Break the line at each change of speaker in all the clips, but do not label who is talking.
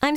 I'm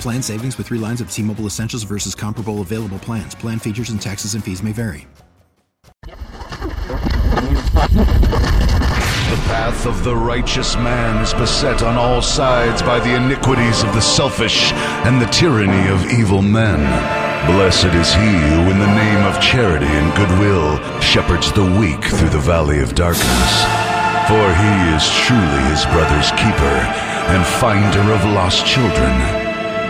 Plan savings with three lines of T Mobile Essentials versus comparable available plans. Plan features and taxes and fees may vary.
The path of the righteous man is beset on all sides by the iniquities of the selfish and the tyranny of evil men. Blessed is he who, in the name of charity and goodwill, shepherds the weak through the valley of darkness. For he is truly his brother's keeper and finder of lost children.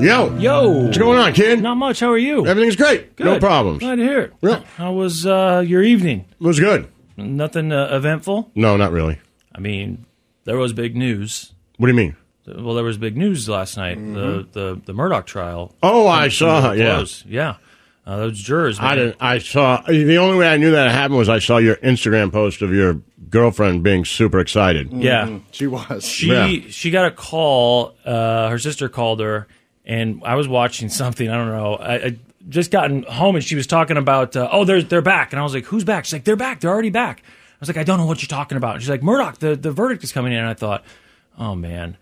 Yo,
Yo,
what's going on, kid?
Not much. How are you?
Everything's great.
Good.
No problems.
Glad to hear it.
Yeah.
How was uh, your evening?
It was good.
Nothing uh, eventful.
No, not really.
I mean, there was big news.
What do you mean?
Well, there was big news last night. The the the Murdoch trial.
Mm-hmm. Oh, I saw.
Closed.
Yeah,
yeah. Uh, those jurors. Man.
I didn't. I saw. The only way I knew that happened was I saw your Instagram post of your girlfriend being super excited.
Yeah.
Mm-hmm. She was.
She
Yeah.
she got a call. Uh, her sister called her, and I was watching something. I don't know. I, I just gotten home, and she was talking about, uh, oh, they're they're back, and I was like, who's back? She's like, they're back. They're already back. I was like, I don't know what you're talking about. She's like, Murdoch, the the verdict is coming in, and I thought, oh man.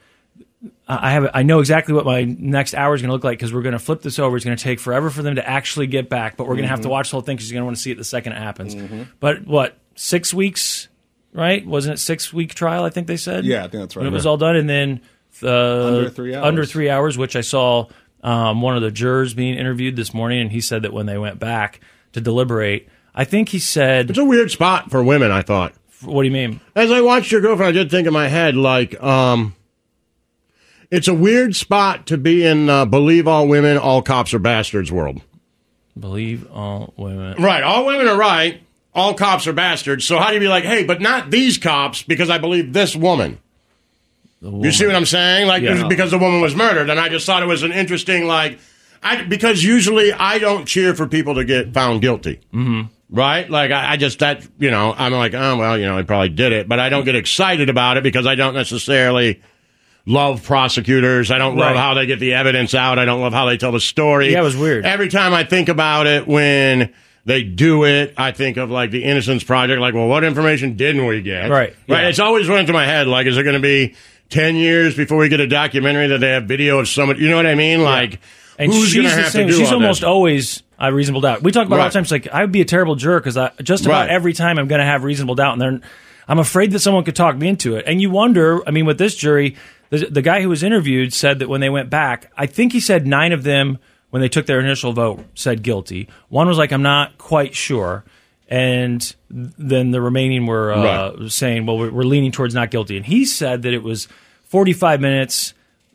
I I have. I know exactly what my next hour is going to look like because we're going to flip this over. It's going to take forever for them to actually get back, but we're going to have
Mm-hmm.
to watch the whole thing because you're going to want to see it the second it happens. But what six weeks, right? Wasn't it six week trial? I think they said.
Yeah, I think that's right.
When it was all done, and then uh, under
three hours.
under three hours, which I saw um, one of the jurors being interviewed this morning, and he said that when they went back to deliberate, I think he said,
It's a weird spot for women. I thought.
"What do you mean?"
As I watched your girlfriend, I did think in my head like, um, it's a weird spot to be in. Uh, believe all women, all cops are bastards world.
Believe all women.
Right. All women are right. All cops are bastards. So how do you be like, hey, but not these cops because I believe this woman? You see what I'm saying? Like,
Yeah.
because the woman was murdered, and I just thought it was an interesting, like, I because usually I don't cheer for people to get found guilty, mm-hmm. right? Like, I, I just that you know, I'm like, oh well, you know, he probably did it, but I don't get excited about it because I don't necessarily love prosecutors. I don't love
Right.
how they get the evidence out. I don't love how they tell the story.
Yeah, it was weird.
Every time I think about it, when they do it, I think of like the Innocence Project. Like, well, what information didn't we get?
Right,
Right.
yeah.
It's always running through my head. Like, is it going to be ten years before we get a documentary that they have video of somebody? You know what I mean? Like,
And
who's
she's
going to
the
have
same.
to do
she's
all
almost
this?
always I have reasonable doubt. We talk about it all
Right.
the time. She's like, I would be a terrible jerk because I just about
Right.
every time I'm going to have reasonable doubt, and then I'm afraid that someone could talk me into it. And you wonder. I mean, with this jury, the, the guy who was interviewed said that when they went back, I think he said nine of them when they took their initial vote said guilty. One was like, I'm not quite sure. And then the remaining were uh, saying, well, we're, we're leaning towards not guilty. And he said that it was 45 minutes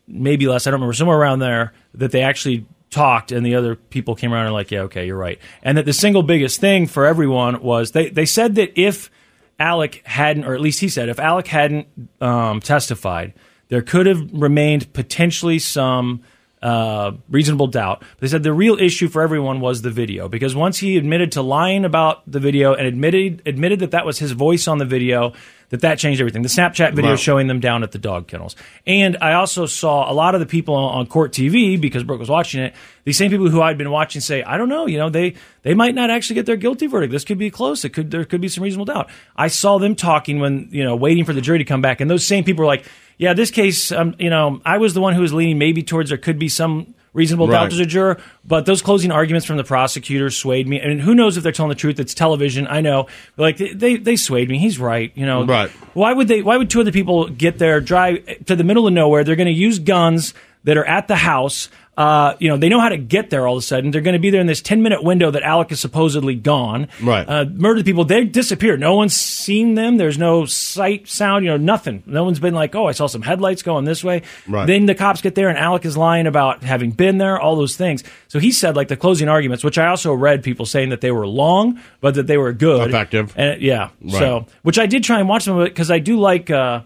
maybe less. I don't remember somewhere around there that they actually talked, and the other people came around and like, yeah, okay, you're right. And that the single biggest thing for everyone was they they said that if Alec hadn't, or at least he said, if Alec hadn't um, testified, there could have remained potentially some. Uh, reasonable doubt. They said the real issue for everyone was the video because once he admitted to lying about the video and admitted admitted that that was his voice on the video, that that changed everything. The Snapchat video showing them down at the dog kennels. And I also saw a lot of the people on, on court TV because Brooke was watching it. These same people who I'd been watching say, I don't know, you know, they they might not actually get their guilty verdict. This could be close. It could there could be some reasonable doubt. I saw them talking when you know waiting for the jury to come back, and those same people were like. yeah, this case, um, you know, I was the one who was leaning maybe towards there could be some reasonable doubt
Right.
as a juror, but those closing arguments from the prosecutor swayed me. And who knows if they're telling the truth? It's television. I know, like they they, they swayed me. He's right. You know,
Right.
Why would they? Why would two other people get there, drive to the middle of nowhere? They're going to use guns that are at the house. Uh, you know, they know how to get there all of a sudden. They're going to be there in this 10 minute window that Alec is supposedly gone.
Right.
Uh, murdered people. They disappeared. No one's seen them. There's no sight, sound, you know, nothing. No one's been like, oh, I saw some headlights going this way.
Right.
Then the cops get there and Alec is lying about having been there, all those things. So he said, like, the closing arguments, which I also read people saying that they were long, but that they were good.
Effective.
And yeah. So, which I did try and watch some of it because I do like, uh,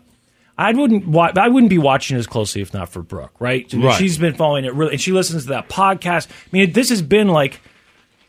I wouldn't wa- I wouldn't be watching as closely if not for Brooke, right? I mean,
Right.
She's been following it really, and she listens to that podcast. I mean, this has been like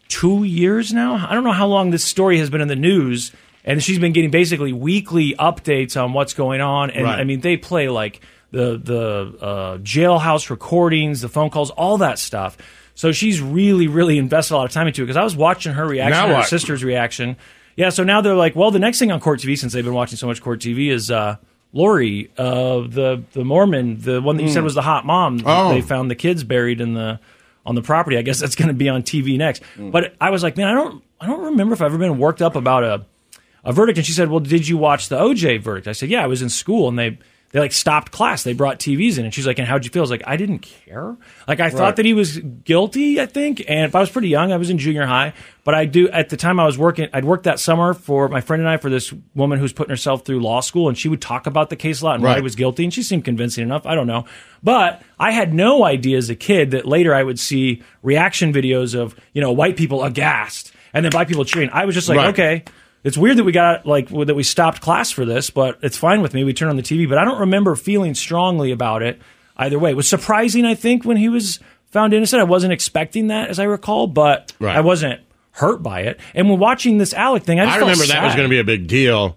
two years now. I don't know how long this story has been in the news, and she's been getting basically weekly updates on what's going on. And
Right.
I mean, they play like the the uh, jailhouse recordings, the phone calls, all that stuff. So she's really, really invested a lot of time into it because I was watching her
Now
reaction, and her
what?
sister's reaction. Yeah, so now they're like, well, the next thing on court TV, since they've been watching so much court TV, is uh, Lori, uh, the the Mormon, the one that you said was the hot mom.
Oh.
They found the kids buried in the on the property. I guess that's going to be on TV next. But I was like, man, I don't I don't remember if I've ever been worked up about a a verdict. And she said, well, did you watch the OJ verdict? I said, yeah, I was in school, and they. They like stopped class. They brought TVs in, and she's like, "And how'd you feel?" I was like, "I didn't care. Like I thought that he was guilty. I think, and if I was pretty young, I was in junior high. But I do at the time I was working. I'd worked that summer for my friend and I for this woman who's putting herself through law school, and she would talk about the case a lot and why he
Right.
was guilty, and she seemed convincing enough. I don't know. But I had no idea as a kid that later I would see reaction videos of, you know, white people aghast and then black people cheering. I was just like,
Right.
okay, it's weird that we got, like, w- that we stopped class for this, but it's fine with me. We turn on the TV, but I don't remember feeling strongly about it either way. It was surprising, I think, when he was found innocent. I wasn't expecting that, as I recall, but
Right.
I wasn't hurt by it. And when watching this Alec thing, I just
I
felt
remember that was
sad.
going to be a big deal.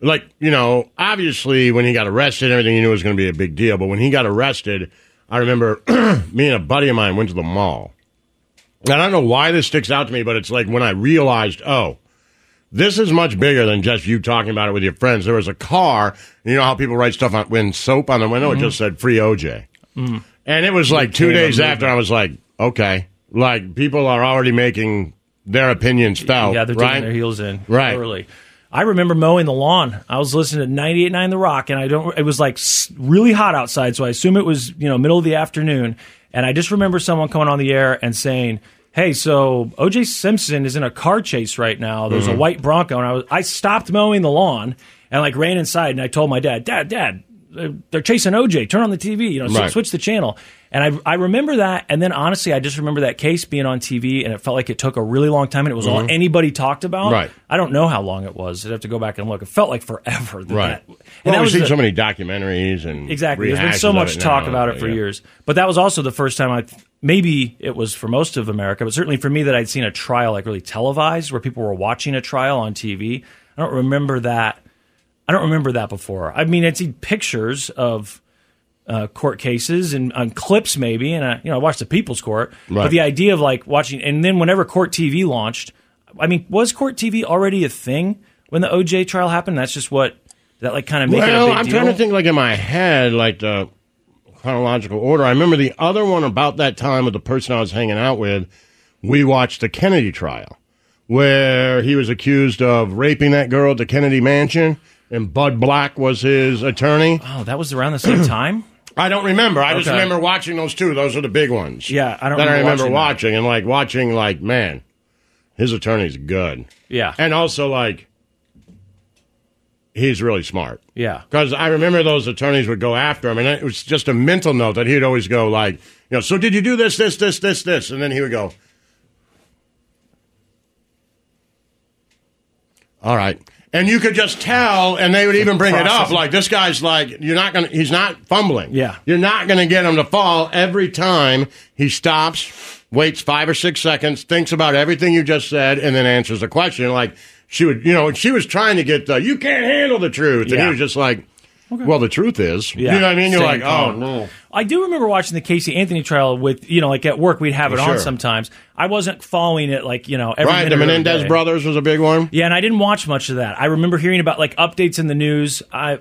Like, you know, obviously when he got arrested, everything you knew was going to be a big deal. But when he got arrested, I remember me and a buddy of mine went to the mall. And I don't know why this sticks out to me, but it's like when I realized, oh, this is much bigger than just you talking about it with your friends. There was a car. and You know how people write stuff on when soap on the window?
Mm-hmm.
It just said free OJ.
Mm.
And it was like two days after I was like, okay. Like people are already making their opinions felt.
Yeah, they're
right?
digging their heels in
Right.
early. I remember mowing the lawn. I was listening to 98.9 The Rock, and I don't. It was like s- really hot outside, so I assume it was you know middle of the afternoon. And I just remember someone coming on the air and saying, "Hey, so O.J. Simpson is in a car chase right now. There's
Mm-hmm.
a white Bronco." And I was I stopped mowing the lawn and like ran inside, and I told my dad, "Dad, Dad, they're, they're chasing OJ. Turn on the TV. You know,
Right.
switch the channel. And I, I remember that. And then honestly, I just remember that case being on TV, and it felt like it took a really long time, and it was
Mm-hmm.
all anybody talked about.
Right.
I don't know how long it was. I'd have to go back and look. It felt like forever. That
Right.
That, and
well,
that
we've
was
seen
the-
so many documentaries and
exactly. There's been
rehashes
so
of
much
it
talk
now,
about it for
yeah.
years. But that was also the first time I. Maybe it was for most of America, but certainly for me that I'd seen a trial like really televised, where people were watching a trial on TV. I don't remember that. I don't remember that before. I mean, I'd seen pictures of uh, court cases and on clips maybe, and I, you know I watched the People's Court.
Right.
But the idea of like watching, and then whenever Court TV launched, I mean, was Court TV already a thing when the OJ trial happened? That's just what that like kind of make it a
Well,
big
I'm
deal.
trying to think like in my head, like the chronological order. I remember the other one about that time with the person I was hanging out with. We watched the Kennedy trial, where he was accused of raping that girl at the Kennedy mansion, and Bud Black was his attorney.
Oh, that was around the same time.
I don't remember. I just
Okay.
remember watching those two. Those are the big ones.
Yeah, I don't
That I
remember
remember
watching
watching, and like watching, like man, his attorney's good.
Yeah,
And also, like, he's really smart.
yeah,
Because I remember those attorneys would go after him, and it was just a mental note that he'd always go, like, you know, so did you do this, this, this, this, this? And then he would go, all right. And you could just tell, and they would even bring it up.
Processing.
Like, this guy's like, you're not going to, he's not fumbling.
Yeah.
You're not going to get him to fall every time he stops, waits five or six seconds, thinks about everything you just said, and then answers the question. Like, she would, you know, she was trying to get the, you can't handle the truth. And
Yeah.
he was just like, well, the truth is.
Yeah.
You know what I mean? You're
Stay
like,
calm.
oh, no.
I do remember watching the Casey Anthony trial with you know like at work we'd have it on
Sure.
sometimes. I wasn't following it like you know every
Right. The
minute of
Menendez
day.
brothers was a big one.
Yeah, and I didn't watch much of that. I remember hearing about like updates in the news. I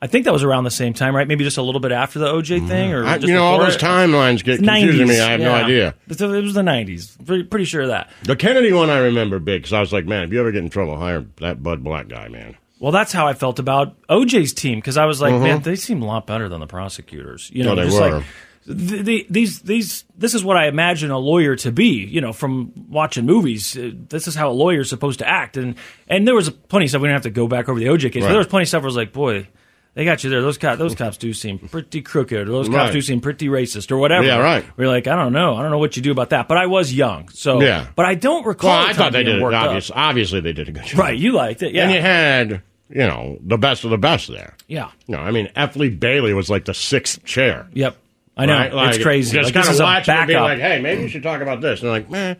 I think that was around the same time, right? Maybe just a little bit after the OJ thing, or
Mm-hmm. I,
just
you know, all
before
those
it?
timelines get
90s.
confusing to me. I have no
yeah.
idea.
But so It was the 90s. Pretty, pretty sure of that.
The Kennedy one I remember big because I was like, man, if you ever get in trouble, hire that Bud Black guy, man.
Well, that's how I felt about OJ's team because I was like, man, they seem a lot better than the prosecutors. You know,
Mm-hmm. No, they
just
were.
like th- the, these these this is what I imagine a lawyer to be. You know, from watching movies, Uh, this is how a lawyer is supposed to act. And and there was plenty of stuff we don't have to go back over the OJ case. But
Right.
there was plenty of stuff where I was like, boy. They got you there. Those cops, those cops do seem pretty crooked, or those cops
Right.
do seem pretty racist, or whatever.
Yeah, right.
We're like, I don't know, I don't know what you do about that. But I was young, so
Yeah.
But I don't recall.
Well,
the
I
time
thought they
being
did it.
worked up.
Obviously, obviously, they did a good job.
Right, you liked it, yeah,
And you had, you know, the best of the best there.
yeah.
No, I mean, F. Lee Bailey was like the sixth chair.
Yep. I know.
Right? Like,
it's crazy.
Just
Like, this
kind
is
of
a
watching and being
backup.
like, hey, maybe you should talk about this. And they're like, man,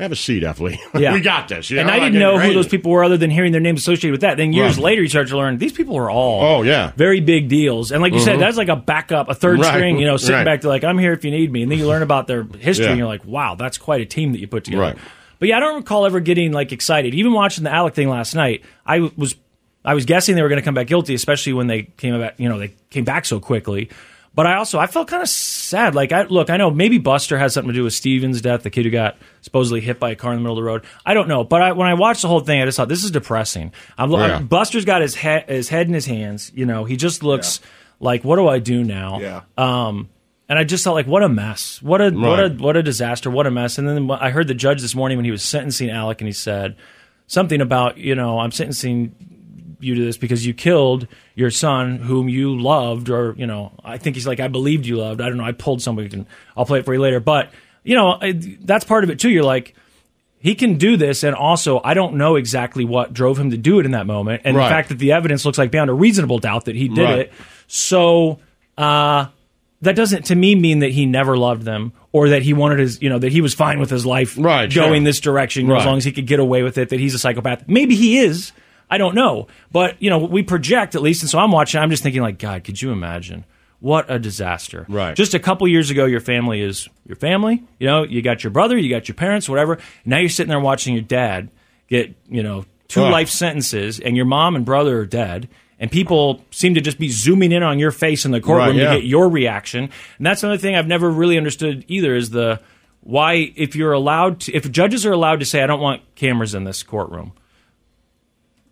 have a seat, F. Lee.
Yeah.
we got this. You
and
know,
I
like,
didn't
it's
know who
crazy.
those people were other than hearing their names associated with that. Then years
Right.
later, you start to learn these people are all
Oh, yeah.
very big deals. And like you said, that's like a backup, a third
Mm-hmm. Right.
string, you know, sitting
Right.
back to like, I'm here if you need me. And then you learn about their history
Yeah.
and you're like, wow, that's quite a team that you put together.
Right.
But yeah, I don't recall ever getting like excited. Even watching the Alec thing last night, I w- was I was guessing they were going to come back guilty, especially when they came back. You know, they came back so quickly. But I also I felt kind of sad. Like I look, I know maybe Buster has something to do with Steven's death, the kid who got supposedly hit by a car in the middle of the road. I don't know, but I, when I watched the whole thing, I just thought this is depressing. I'm, lo-
Yeah.
Buster's got his head his head in his hands. You know, he just looks like what do I do now?
Yeah.
Um, and I just thought, like, what a mess! What a what a
Right.
what a disaster! What a mess! And then I heard the judge this morning when he was sentencing Alec, and he said something about, you know, I'm sentencing you to this because you killed your son, whom you loved, or you know, I think he's like, I believed you loved. I don't know. I pulled somebody. Can, I'll play it for you later, but you know, I, that's part of it too. You're like, he can do this, and also, I don't know exactly what drove him to do it in that moment, and
Right.
the fact that the evidence looks like beyond a reasonable doubt that he did
Right.
it. So. uh that doesn't to me mean that he never loved them or that he wanted his you know that he was fine with his life
Right, sure.
going this direction as
Right.
long as he could get away with it that he's a psychopath maybe he is i don't know but you know we project at least and so i'm watching i'm just thinking like god could you imagine what a disaster
Right.
just a couple years ago your family is your family you know you got your brother you got your parents whatever now you're sitting there watching your dad get you know two
Ugh.
life sentences and your mom and brother are dead and people seem to just be zooming in on your face in the courtroom
Right, yeah.
to get your reaction. And that's another thing I've never really understood either is the why if you're allowed to, if judges are allowed to say I don't want cameras in this courtroom,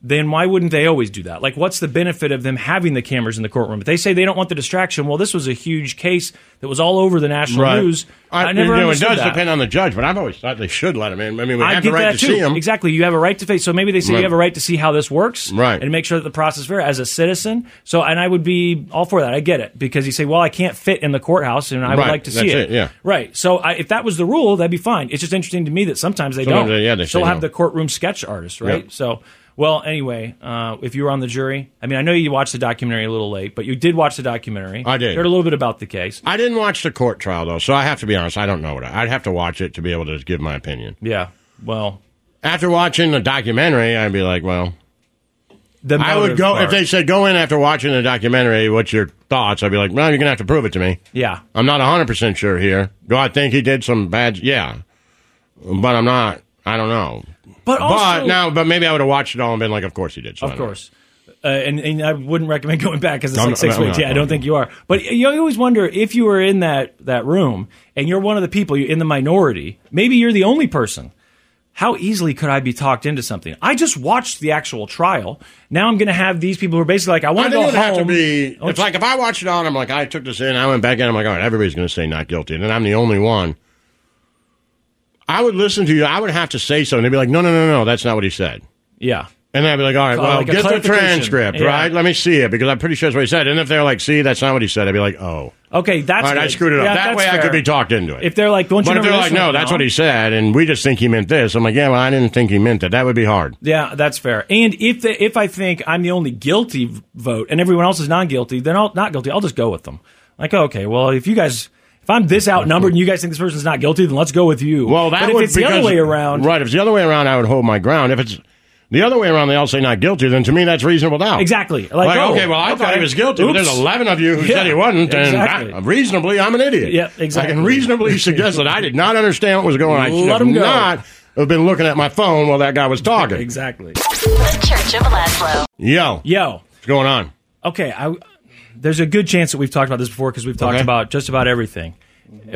then why wouldn't they always do that? Like what's the benefit of them having the cameras in the courtroom? If they say they don't want the distraction, well this was a huge case that was all over the national news. I, never
you know, it
understood
does
that.
depend on the judge, but I've always thought they should let him in. I mean, we
I
have
get
the right
that
to
too.
see him.
Exactly. You have a right to face. So maybe they say
Right.
you have a right to see how this works,
Right.
And make sure that the process is fair as a citizen. So, and I would be all for that. I get it because you say, well, I can't fit in the courthouse, and I would
Right.
like to see
That's
it.
it, yeah.
Right. So, I, if that was the rule, that'd be fine. It's just interesting to me that sometimes they
Sometimes
don't.
they- yeah, they say
will have
no.
the courtroom sketch artist, right?
Yep.
So. Well, anyway, uh, if you were on the jury, I mean, I know you watched the documentary a little late, but you did watch the documentary.
I did.
Heard a little bit about the case.
I didn't watch the court trial though, so I have to be honest. I don't know what I, I'd have to watch it to be able to give my opinion.
Yeah. Well,
After watching the documentary, I'd be like, well,
the
I would
motive
go
part.
if they said go in after watching the documentary. What's your thoughts? I'd be like, well, you're gonna have to prove it to me.
Yeah.
I'm not 100 percent sure here. Do I think he did some bad? Yeah, but I'm not. I don't know.
But also,
but now, but maybe I would have watched it all and been like, of course he did. So I
Of
don't know.
course. Uh, and, and I wouldn't recommend going back because it's
I'm
like
not-
six
I'm
weeks.
not
Yeah, I don't
going.
think you are. But you always wonder if you were in that, that room and you're one of the people, you're in the minority, maybe you're the only person. How easily could I be talked into something? I just watched the actual trial. Now I'm going to have these people who are basically like, I
I
want to go
think it would
home.
have to be.
Oh,
It's like if I watched it on, I'm like, I took this in, I went back in, I'm like, all right, everybody's going to say not guilty, and then I'm the only one. I would listen to you. I would have to say something. They'd be like, no, no, no, no, that's not what he said.
yeah.
And I'd be like, all right,
Uh,
well,
like a
get the
clarification.
transcript,
Yeah.
right? Let me see it because I'm pretty sure that's what he said. And if they're like, see, that's not what he said, I'd be like, oh.
Okay, that's
All right, I
good.
screwed it up.
Yeah,
that
that's
way I could
fair.
be talked into it.
If they're like, don't you
but if
remember
they're
this
like, no,
one?
that's what he said, and we just think he meant this, I'm like, yeah, well, I didn't think he meant that. That would be hard.
Yeah, that's fair. And if the, if I think I'm the only guilty v- vote and everyone else is non-guilty, then I'll not guilty. I'll just go with them. Like, oh, okay, well, if you guys, if I'm this outnumbered and you guys think this person's not guilty, then let's go with you.
Well, that
but if
would
it's the other
because-
way around,
Right. If it's the other way around, I would hold my ground. If it's the other way around, they all say not guilty. Then to me, that's reasonable doubt.
Exactly. Like,
Like,
oh,
okay, well, I thought
okay.
he was guilty. But
Oops.
there's 11 of you who
Yeah,
said he wasn't, and
exactly.
I- reasonably, I'm an idiot.
Yeah, exactly.
I can reasonably suggest that I did not understand what was going on. I should
Let
have
him go.
not have been looking at my phone while that guy was talking.
Exactly.
The Church of Laszlo.
Yo,
Yo.
what's going on?
Okay, I there's a good chance that we've talked about this before because we've talked
Okay.
about just about everything.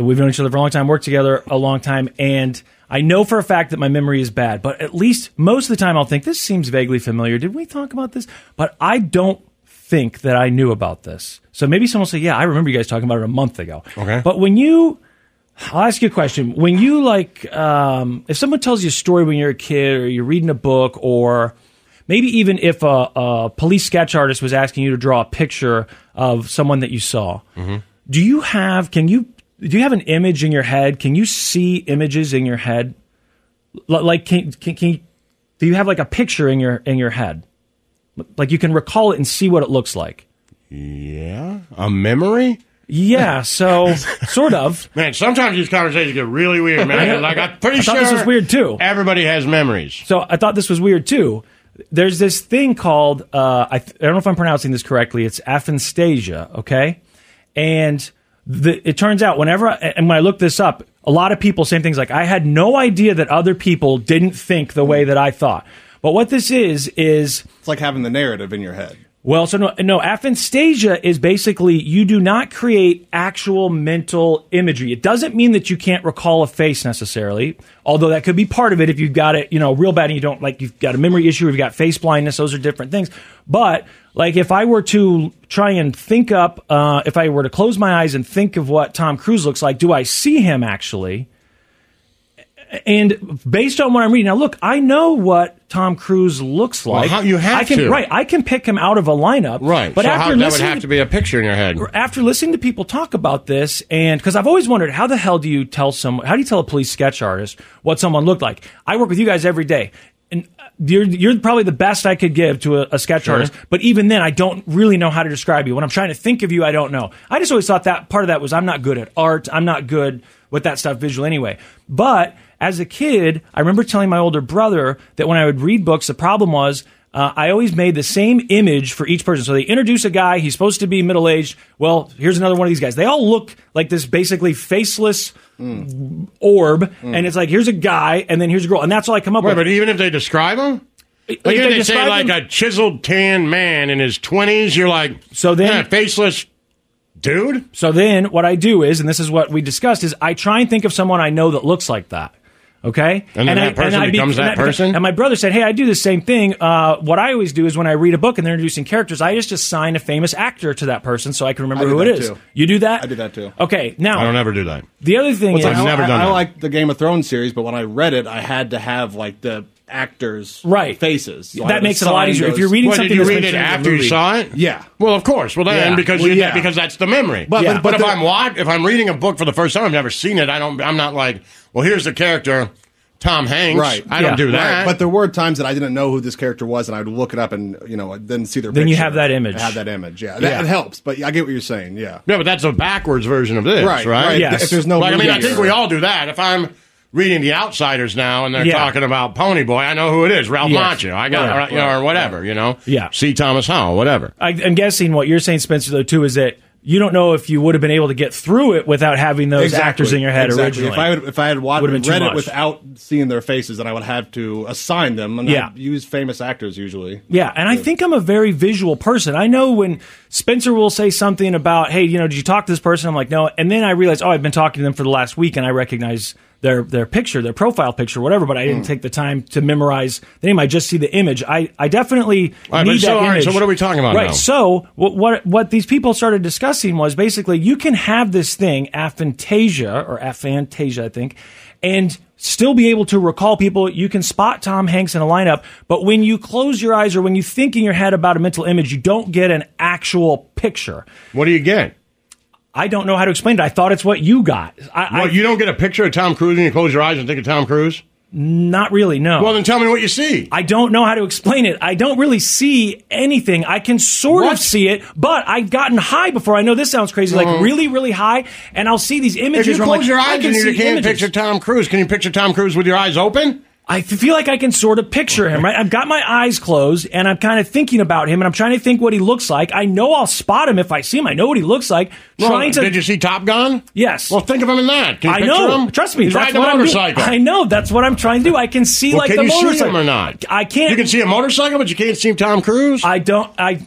We've known each other for a long time, worked together a long time, and I know for a fact that my memory is bad. But at least most of the time, I'll think this seems vaguely familiar. Did we talk about this? But I don't think that I knew about this. So maybe someone will say, "Yeah, I remember you guys talking about it a month ago."
Okay.
But when you I'll ask you a question. When you like, um, if someone tells you a story when you're a kid, or you're reading a book, or maybe even if a, a police sketch artist was asking you to draw a picture of someone that you saw,
Mm-hmm.
do you have? Can you? Do you have an image in your head? Can you see images in your head? L- like, can, can, can you, do you have like a picture in your in your head? Like you can recall it and see what it looks like.
Yeah, a memory.
Yeah. So sort of.
Man, sometimes these conversations get really weird, man. Like I'm pretty
I
sure
thought this was weird, too.
Everybody has memories.
So I thought this was weird too. There's this thing called uh, I, th- I don't know if I'm pronouncing this correctly. It's aphantasia, okay? And the, it turns out whenever I, and when I look this up, a lot of people same things like I had no idea that other people didn't think the way that I thought. But what this is is
It's like having the narrative in your head.
well, so no, no, aphantasia is basically you do not create actual mental imagery. It doesn't mean that you can't recall a face necessarily, although that could be part of it if you've got it, you know, real bad and you don't like you've got a memory issue, or you've got face blindness, those are different things. But like if I were to try and think up, uh, if I were to close my eyes and think of what Tom Cruise looks like, do I see him actually? And based on what I'm reading, now look, I know what Tom Cruise looks like.
how- you have
I can,
to.
Right, I can pick him out of a lineup.
Right.
But
so
after
how, that would
listening
have to be a picture in your head.
after listening to people talk about this, and because I've always wondered how the hell do you tell some how do you tell a police sketch artist what someone looked like? I work with you guys every day. And uh, you're you're probably the best I could give to a, a sketch artist, but even then, I don't really know how to describe you. When I'm trying to think of you, I don't know. I just always thought that part of that was I'm not good at art. I'm not good with that stuff visual anyway. But as a kid, I remember telling my older brother that when I would read books, the problem was uh, I always made the same image for each person. So they introduce a guy, he's supposed to be middle aged. Well, here's another one of these guys. They all look like this basically faceless
Hmm.
orb, and it's like, here's a guy, and then here's a girl. And that's all I come up
Wait,
with.
but even if they describe them,
If
like if they, say
describe
like
him-
a chiseled tan man in his twenties, you're like,
So then-
"Yeah, faceless dude.
So then what I do is, and this is what we discussed, is I try and think of someone I know that looks like that. Okay,
And then that person becomes that person?
And my brother said, "Hey, I do the same thing. Uh, what I always do is when I read a book and they're introducing characters, I just assign a famous actor to that person so I can remember
I do
who it
that
is.
too.
You do that?
I do that too.
Okay,
I
now
don't ever do that.
the other thing is,
It's like,
I've
I-
never
I,
done
I
that.
like the Game of Thrones series, but when I read it, I had to have like the actors'
Right.
faces. So I
that
would
makes it a lot
assign
easier. If
those-
you're reading
Well, did
something,
you
that's
read it
mentioned in the
after you
movie-
saw it?
Yeah.
Well, of course. Well, then
Yeah.
because
Well,
you,
yeah.
because that's the memory.
But-
Yeah.
But,
but
if
the-
I'm wat- if I'm reading a book for the first time, I've never seen it. I don't. I'm not like, well, here's the character, Tom Hanks.
Right.
I
Yeah.
don't do that.
But there were times that I didn't know who this character was, and I'd look it up and you know then see their.
Then you
picture.
have that image.
I have that image. Yeah, that
Yeah.
helps. But I get what you're saying. Yeah.
yeah, but that's a backwards version of this, right?
Yes.
If there's no,
like, I mean, I
movie
think
or-
we all do that. If I'm reading The Outsiders now and they're
Yeah.
talking about Pony Boy, I know who it is, Ralph
Yes.
Macchio. I got,
Right,
or, you know, or whatever, you know?
Yeah.
C. Thomas Howell, whatever.
I, I'm guessing what you're saying, Spencer, though, too, is that you don't know if you would have been able to get through it without having those
Exactly.
actors in your head
Exactly.
originally.
If I had, if I had watched,
Would've been
read
too much.
it without seeing their faces, then I would have to assign them. And
Yeah.
I'd use famous actors usually.
Yeah, and I think I'm a very visual person. I know when Spencer will say something about, "Hey, you know, did you talk to this person?" I'm like, "No," and then I realize, "Oh, I've been talking to them for the last week, and I recognize their their picture, their profile picture, whatever." But I
Mm.
didn't take the time to memorize the name. I just see the image. I I definitely
All right, but
need
so,
that
all right,
image.
so what are we talking about
Right.
now?
So what what what these people started discussing was basically you can have this thing aphantasia or aphantasia, I think, and still be able to recall people. You can spot Tom Hanks in a lineup, but when you close your eyes or when you think in your head about a mental image, you don't get an actual picture.
What do you get?
I don't know how to explain it. I thought it's what you got. I,
Well,
I
you don't get a picture of Tom Cruise and you close your eyes and think of Tom Cruise?
not really no.
Well, then tell me what you see.
I don't know how to explain it. I don't really see anything. I can sort
What?
of see it, but I've gotten high before. I know this sounds crazy, like really, really high, and I'll see these images.
Mm-hmm.
where
If you
I'm
close
like,
your
I
eyes
can
and you
see
can't
images.
picture Tom Cruise, can you picture Tom Cruise with your eyes open?
I f- feel like I can sort of picture him, right? I've got my eyes closed and I'm kind of thinking about him and I'm trying to think what he looks like. I know I'll spot him if I see him. I know what he looks like. trying to
Did you see Top Gun?
Yes.
Well, think of him in that. Can you
I
picture
know.
him?
Trust me,
He's
that's
riding
what
a motorcycle.
I'm doing. I know that's what I'm trying to do. I can see
Well,
like
can
the
you see
motorcycle
him or not?
I can't
You can see a motorcycle, but you can't see Tom Cruise.
I don't. I.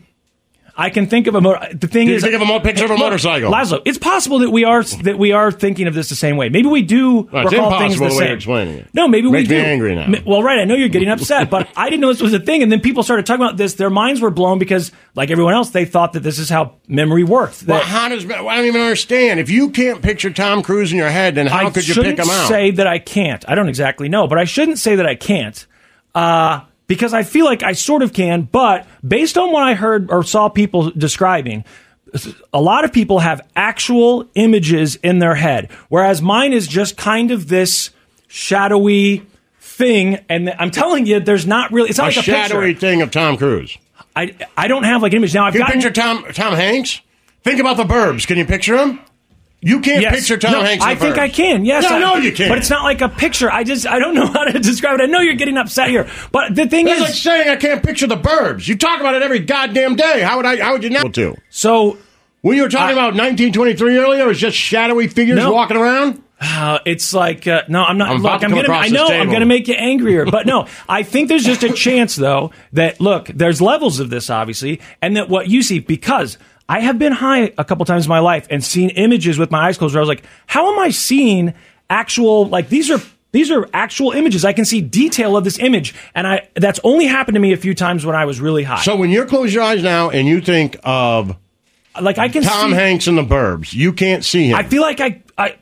I can think of a mo- the thing
Can you
is
think of a mo- picture of a
Look,
motorcycle?
Laszlo, it's possible that we are that we are thinking of this the same way. Maybe we do
Well, it's
recall
impossible
things
the
the
way you're
same.
explaining it.
No, maybe
Makes
we
me
do.
angry now.
Ma- Well, right, I know you're getting upset, but I didn't know this was a thing and then people started talking about this, their minds were blown because like everyone else they thought that this is how memory worked.
Well,
that-
how does I don't even understand. If you can't picture Tom Cruise in your head, then how
I
could you
shouldn't
pick him out?
say that I can't. I don't exactly know, but I shouldn't say that I can't uh, because I feel like I sort of can. But based on what I heard or saw people describing, a lot of people have actual images in their head, whereas mine is just kind of this shadowy thing. And I'm telling you, there's not really. It's not
a
like a
shadowy
picture.
thing of Tom Cruise.
I I don't have like an image now. I've
Can you
got
picture Tom Tom Hanks? Think about the Burbs. Can you picture him? You can't picture Tom
No,
Hanks. in
I
The
think
Burbs.
I can. Yes,
no,
I
no, you can't.
But it's not like a picture. I just I don't know how to describe it. I know you're getting upset here, but the thing
That's
is,
like saying I can't picture the Burbs. You talk about it every goddamn day. How would I? How would you not? To
so
when you were talking
I-
about 1923 earlier, it was just shadowy figures
No.
walking around.
uh, it's like uh, no, I'm not.
I'm about
look,
to
I'm
come
gonna.
across
I
this
know I'm
table.
gonna make you angrier, but no, I think there's just a chance though that look, there's levels of this obviously, and that what you see because. I have been high a couple times in my life and seen images with my eyes closed where I was like, how am I seeing actual like these are these are actual images. I can see detail of this image. And I that's only happened to me a few times when I was really high.
So when you close your eyes now and you think of
like I can
Tom
see,
Hanks and the Burbs, you can't see him.
I feel like I I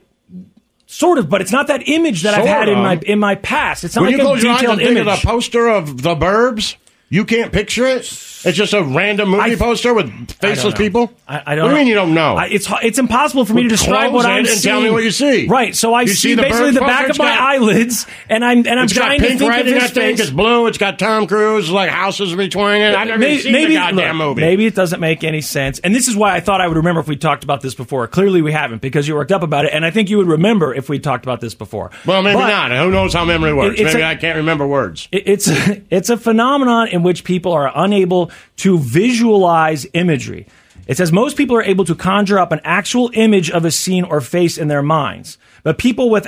sort of, but it's not that image that I've
Sort
had in
of.
my in my past. It's not
when
like
you
a
close your eyes
detailed
and think of
image.
the poster of the Burbs, you can't picture it. It's just a random movie
I-
poster with
I don't
faceless
know.
people.
I, I don't.
What do you mean
know.
you don't know?
I, it's it's impossible for me to
Well,
describe
close
what
it
I'm
and
seeing.
tell me what you see.
Right. So I
You
see,
see the
basically
bird
the
poster?
back of
It's
my
got-
eyelids, and I'm and I'm
it's got
trying to
pink
think of
writing. I
his
think
face.
it's blue. It's got Tom Cruise, like houses between it. I've never
May-
even seen the goddamn
look,
movie.
maybe it doesn't make any sense. And this is why I thought I would remember if we talked about this before. Clearly, we haven't because you worked up about it, and I think you would remember if we talked about this before.
Well, maybe
But-
not. Who knows how memory works?
it's
Maybe
a-
I can't remember words.
It- It's it's a phenomenon in which people are unable to visualize imagery. It says most people are able to conjure up an actual image of a scene or face in their minds, but people with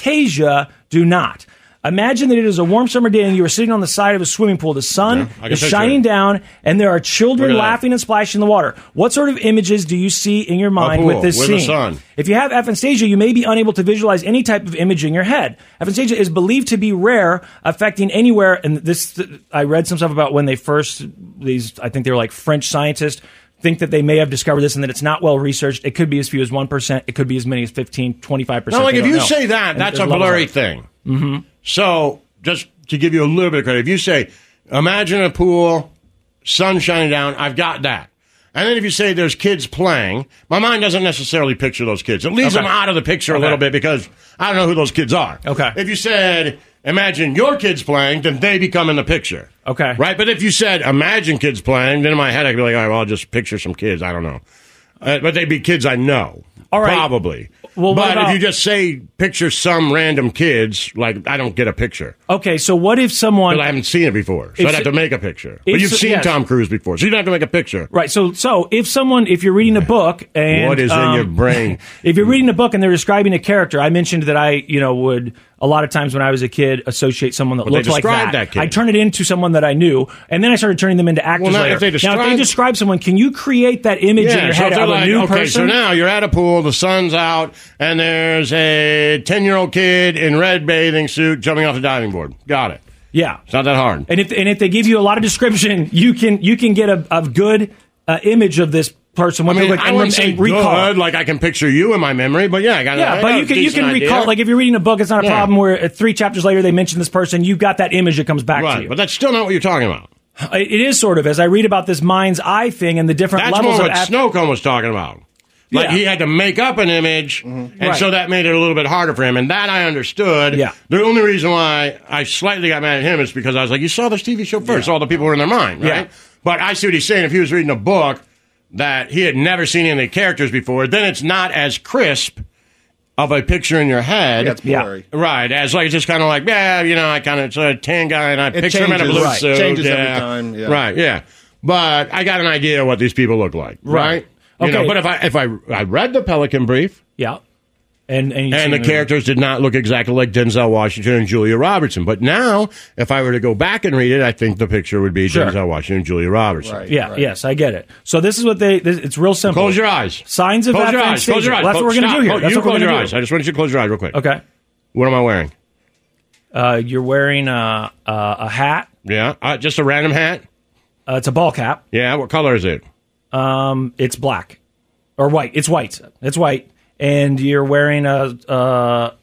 aphantasia do not. Imagine that it is a warm summer day and you are sitting on the side of a swimming pool. The sun
I can
is
picture
shining
it.
down, and there are children
Look at that.
laughing and splashing in the water. What sort of images do you see in your mind with
pool
this
with
scene?
the sun.
If you have aphantasia, you may be unable to visualize any type of image in your head. Aphantasia is believed to be rare, affecting anywhere. And this, I read some stuff about when they first, these, I think they were like French scientists, think that they may have discovered this and that it's not well researched. It could be as few as 1%. It could be as many as 15, 25%.
No, like
They
if
don't
you
know.
say that,
And
that's a
there's levels
blurry
of it.
thing. Mm-hmm. So just to give you a little bit of credit, if you say, "Imagine a pool, sun shining down," I've got that. And then if you say there's kids playing, my mind doesn't necessarily picture those kids. It leaves
Okay.
them out of the picture
Okay.
a little bit because I don't know who those kids are.
Okay.
If you said, imagine your kids playing, then they become in the picture.
Okay.
Right? But if you said, imagine kids playing, then in my head I could be like, all right, well, I'll just picture some kids. I don't know. Uh, but they'd be kids I know.
All right.
Probably.
Well, what
but
about-
if you just say picture some random kids, like I don't get a picture.
Okay, so what if someone.
But I haven't seen it before, so
If-
I'd have to make a picture. But
if-
you've seen
yes.
Tom Cruise before, so you don't have to make a picture.
Right. So, so if someone, if you're reading a book and
What is in
um,
your brain?
if you're reading a book and they're describing a character, I mentioned that I, you know, would a lot of times when I was a kid associate someone that
they
looked like
described
that.
that kid.
I turn it into someone that I knew, and then I started turning them into actors.
not
later.
if they
now, if they
describe-
describe someone, can you create that image in your
so
head
if they're
of a
like,
new
okay,
person?
So now you're at a pool, the sun's out, and there's a 10 year old kid in red bathing suit jumping off the diving board. Got it.
yeah.
It's not that hard.
And if and if they give you a lot of description, you can you can get a, a good uh, image of this person. What they
I mean,
look like,
I
and
wouldn't
re-
say
and recall it.
good, like I can picture you in my memory, but yeah, I got I
Yeah,
got
but
oh, a
you can you
decent
can recall
idea.
like if you're reading a book, it's not a
Yeah.
problem. Where uh, three chapters later they mention this person, you've got that image that comes back to
Right,
you.
but that's still not what you're talking about.
Uh, it is sort of as I read about this mind's eye thing and the different
That's more
levels
what
of aff-
Snowcone was talking about. Like
Yeah.
he had to make up an image,
Mm-hmm.
and
Right.
so that made it a little bit harder for him. And that I understood.
Yeah.
The only reason why I slightly got mad at him is because I was like, "You saw this TV show first. All the people were in their mind,
Yeah.
right?" But I see what he's saying. If he was reading a book that he had never seen any of the characters before, then it's not as crisp of a picture in your head.
That's
Yeah.
blurry.
Right, as like it's just kind of like yeah, you know, I kind of it's a tan guy and I picture him in a
changes.
blue
Right.
suit.
Changes every
yeah.
time, yeah.
Right, yeah. But I got an idea what these people look like, right?
Right.
You know,
Okay.
but if I if I I read the Pelican Brief,
Yeah, And and, you see
and the
movie.
characters did not look exactly like Denzel Washington and Julia Robertson. But now, if I were to go back and read it, I think the picture would be
Sure.
Denzel Washington and Julia Robertson.
Yeah, yes, I get it. So this is what they. This, it's real simple.
Close your eyes.
Signs of
close your eyes.
aphantasia.
Close your eyes.
That's what we're gonna
Stop.
do here.
Oh,
That's
you
what we're
close your
gonna
eyes.
do.
I just want you to close your eyes real quick.
Okay.
What am I wearing?
Uh, you're wearing uh, uh, a hat.
Yeah, uh, just a random hat.
Uh, it's a ball cap.
Yeah, what color is it?
Um, it's black or white. It's white. It's white. And you're wearing a. Uh,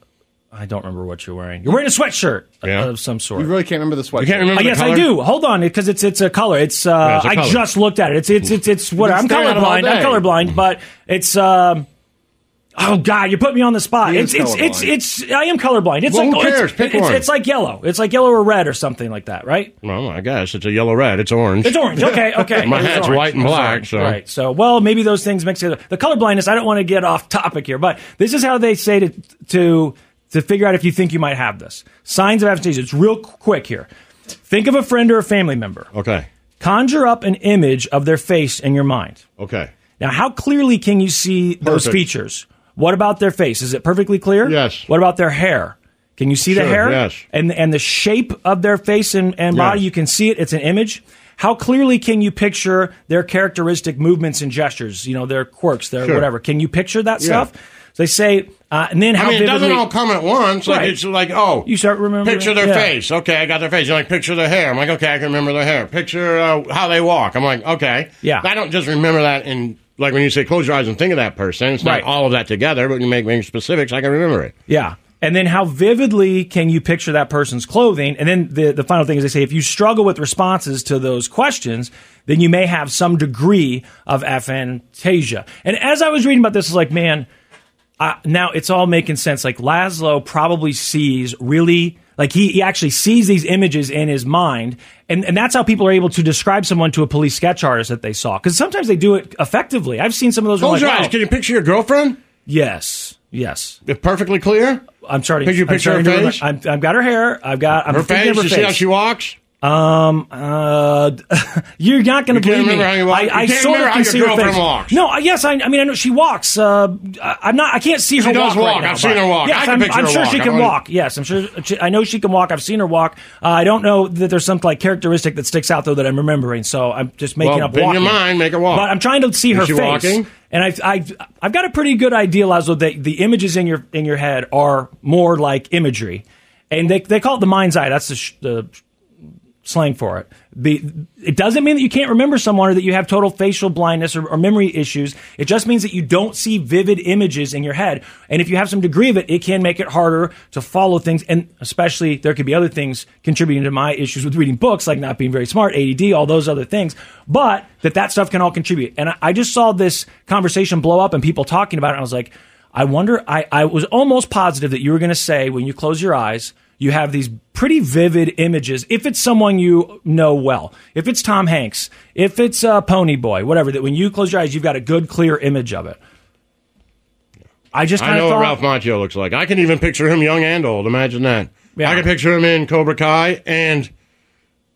I don't remember what you're wearing. You're wearing a sweatshirt
Yeah.
of some sort.
You really can't remember the sweatshirt.
You can't remember.
Uh,
the
yes, I
color?
do. Hold on, because it's it's a color. It's uh,
it's a
I
color.
just looked at it. It's it's it's it's what
been
I'm
staring at 'em all
colorblind. I'm
day.
colorblind, but it's um. Oh God, you put me on the spot.
He
It's
is
it's, it's
colorblind.
it's I am colorblind. It's
Well,
like
who
it's-
cares? Pick
it's,
one.
it's like yellow. It's like yellow or red or something like that, right?
Well, I guess it's a yellow red. It's orange.
It's orange. Okay, okay.
My
It's
hat's
orange.
white and
It's
black,
orange.
so-
right. So well, maybe those things mix together. The colorblindness. I don't want to get off topic here, but this is how they say to to to figure out if you think you might have this. Signs of aphantasia. It's real quick here. Think of a friend or a family member.
Okay.
Conjure up an image of their face in your mind.
Okay.
Now, how clearly can you see those
Perfect.
features? What about their face? Is it perfectly clear?
Yes.
What about their hair? Can you see the
Sure,
hair?
yes.
And and the shape of their face and, and body,
Yes.
you can see it. It's an image. How clearly can you picture their characteristic movements and gestures? You know, their quirks, their
Sure.
whatever. Can you picture that stuff? They say, uh, and then how
I mean, it
vividly
doesn't all come at once. Like
Right.
it's like, oh,
You start remembering-
Picture their
yeah.
face. Okay, I got their face. You're like, picture their hair. I'm like, okay, I can remember their hair. Picture uh, how they walk. I'm like, okay,
Yeah.
But I don't just remember that in like when you say close your eyes and think of that person. It's not
Right.
all of that together, but you make make specifics. I can remember it.
Yeah. And then how vividly can you picture that person's clothing? And then the, the final thing is they say if you struggle with responses to those questions, then you may have some degree of aphantasia. And as I was reading about this, I was like, man, uh, now it's all making sense. Like Laszlo probably sees really, like he, he actually sees these images in his mind. And, and that's how people are able to describe someone to a police sketch artist that they saw. Because sometimes they do it effectively. I've seen some of those. where I'm
Close your
like,
eyes.
wow,
Can you picture your girlfriend?
Yes. Yes.
If perfectly clear.
I'm starting.
Could you
I'm
picture
starting
her
to remember-
face?
I'm, I've got her hair. I've got. I'm
Her
thinking
face.
of
You see how
face.
she walks.
Um, uh, you're not going to
You can't
believe me.
remember how you walk?
I,
You
I
can't
sort of
remember how
can
your
see her
girlfriend
face.
walks?
No, I, yes, I, I mean, I know she walks. Uh, I- I'm not. I can't see her.
She
walk.
does
right
walk.
now,
I've seen
but-
her walk.
Yes,
I can
am
picture
I'm
her
sure she can
walk. I'm only-
walk. Yes, I'm sure. She, I know she can walk. I've seen her walk. Uh, I don't know that there's some like characteristic that sticks out though that I'm remembering. So I'm just making
Well,
up.
bend your
walking.
mind, make her walk.
But I'm trying to see
Is
her
she
face.
walking?
And I've, I've, I've got a pretty good idea, Laszlo, that the images in your in your head are more like imagery, and they they call it the mind's eye. That's the, sh- the slang for it. The, it doesn't mean that you can't remember someone or that you have total facial blindness or, or memory issues. It just means that you don't see vivid images in your head. And if you have some degree of it, it can make it harder to follow things. And especially there could be other things contributing to my issues with reading books, like not being very smart, ADD, all those other things. But that that stuff can all contribute. And I, I just saw this conversation blow up and people talking about it. And I was like, I wonder, I, I was almost positive that you were going to say when you close your eyes, you have these pretty vivid images. If it's someone you know well, if it's Tom Hanks, if it's uh, Pony Boy, whatever, that when you close your eyes, you've got a good, clear image of it. I just
I
kind
know
of
what
thought,
Ralph Macchio looks like. I can even picture him young and old. Imagine that.
Yeah.
I can picture him in Cobra Kai and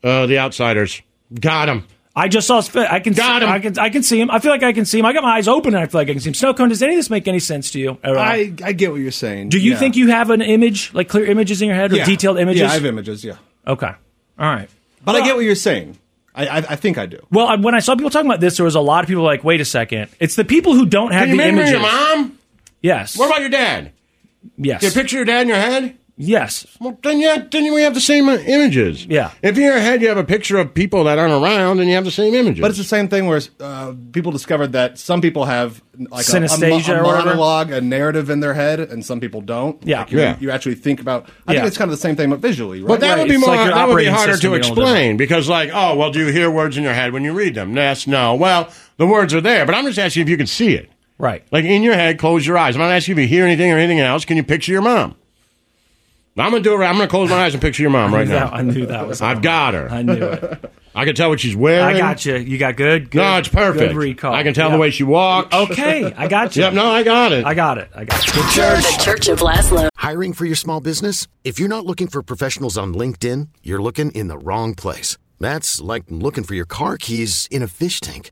uh, The Outsiders. Got him.
I just saw. his fa- I can,
Got
see,
him.
I can, I can see him. I feel like I can see him. I got my eyes open, and I feel like I can see him. Snowcone, does any of this make any sense to you? at all?
I, I get what you're saying.
Do you
Yeah.
think you have an image, like clear images in your head, or
Yeah.
detailed images?
Yeah, I have images. Yeah,
okay, all right.
but I get what you're saying. I, I, I think I do.
Well, I, when I saw people talking about this, there was a lot of people like, "Wait a second! It's the people who don't have
Can you
the
remember
images."
your mom?
Yes.
What about your dad?
yes?
Can you picture your dad in your head?
yes.
Well, then yeah, then we have the same uh, images.
Yeah.
If in your head you have a picture of people that aren't around, and you have the same images.
But it's the same thing where uh, people discovered that some people have like a-
Synesthesia
a, mo-
or
a,
whatever?
monologue, a narrative in their head, and some people don't.
Yeah.
Like, you,
Yeah.
you actually think about. I
Yeah.
think it's kind of the same thing, but visually. Right?
But that
Right.
would be
It's
more.
like your
that would be
operating
harder
system
to
being a little
explain because, like, oh, well, do you hear words in your head when you read them? Yes, no. Well, the words are there, but I'm just asking if you can see it.
Right.
Like in your head, close your eyes. I'm not asking if you hear anything or anything else. Can you picture your mom? I'm gonna do it. Right. I'm gonna close my eyes and picture your mom right
That- I
now.
knew that was.
I've got her.
I knew it.
I can tell what she's wearing.
I got you. You got good. good
No, it's perfect.
Good recall.
I can tell
Yeah.
the way she walks.
Okay, I got you.
Yep. No, I got it.
I got it. I got it.
The Church of Laszlo.
Hiring for your small business? If you're not looking for professionals on LinkedIn, you're looking in the wrong place. That's like looking for your car keys in a fish tank.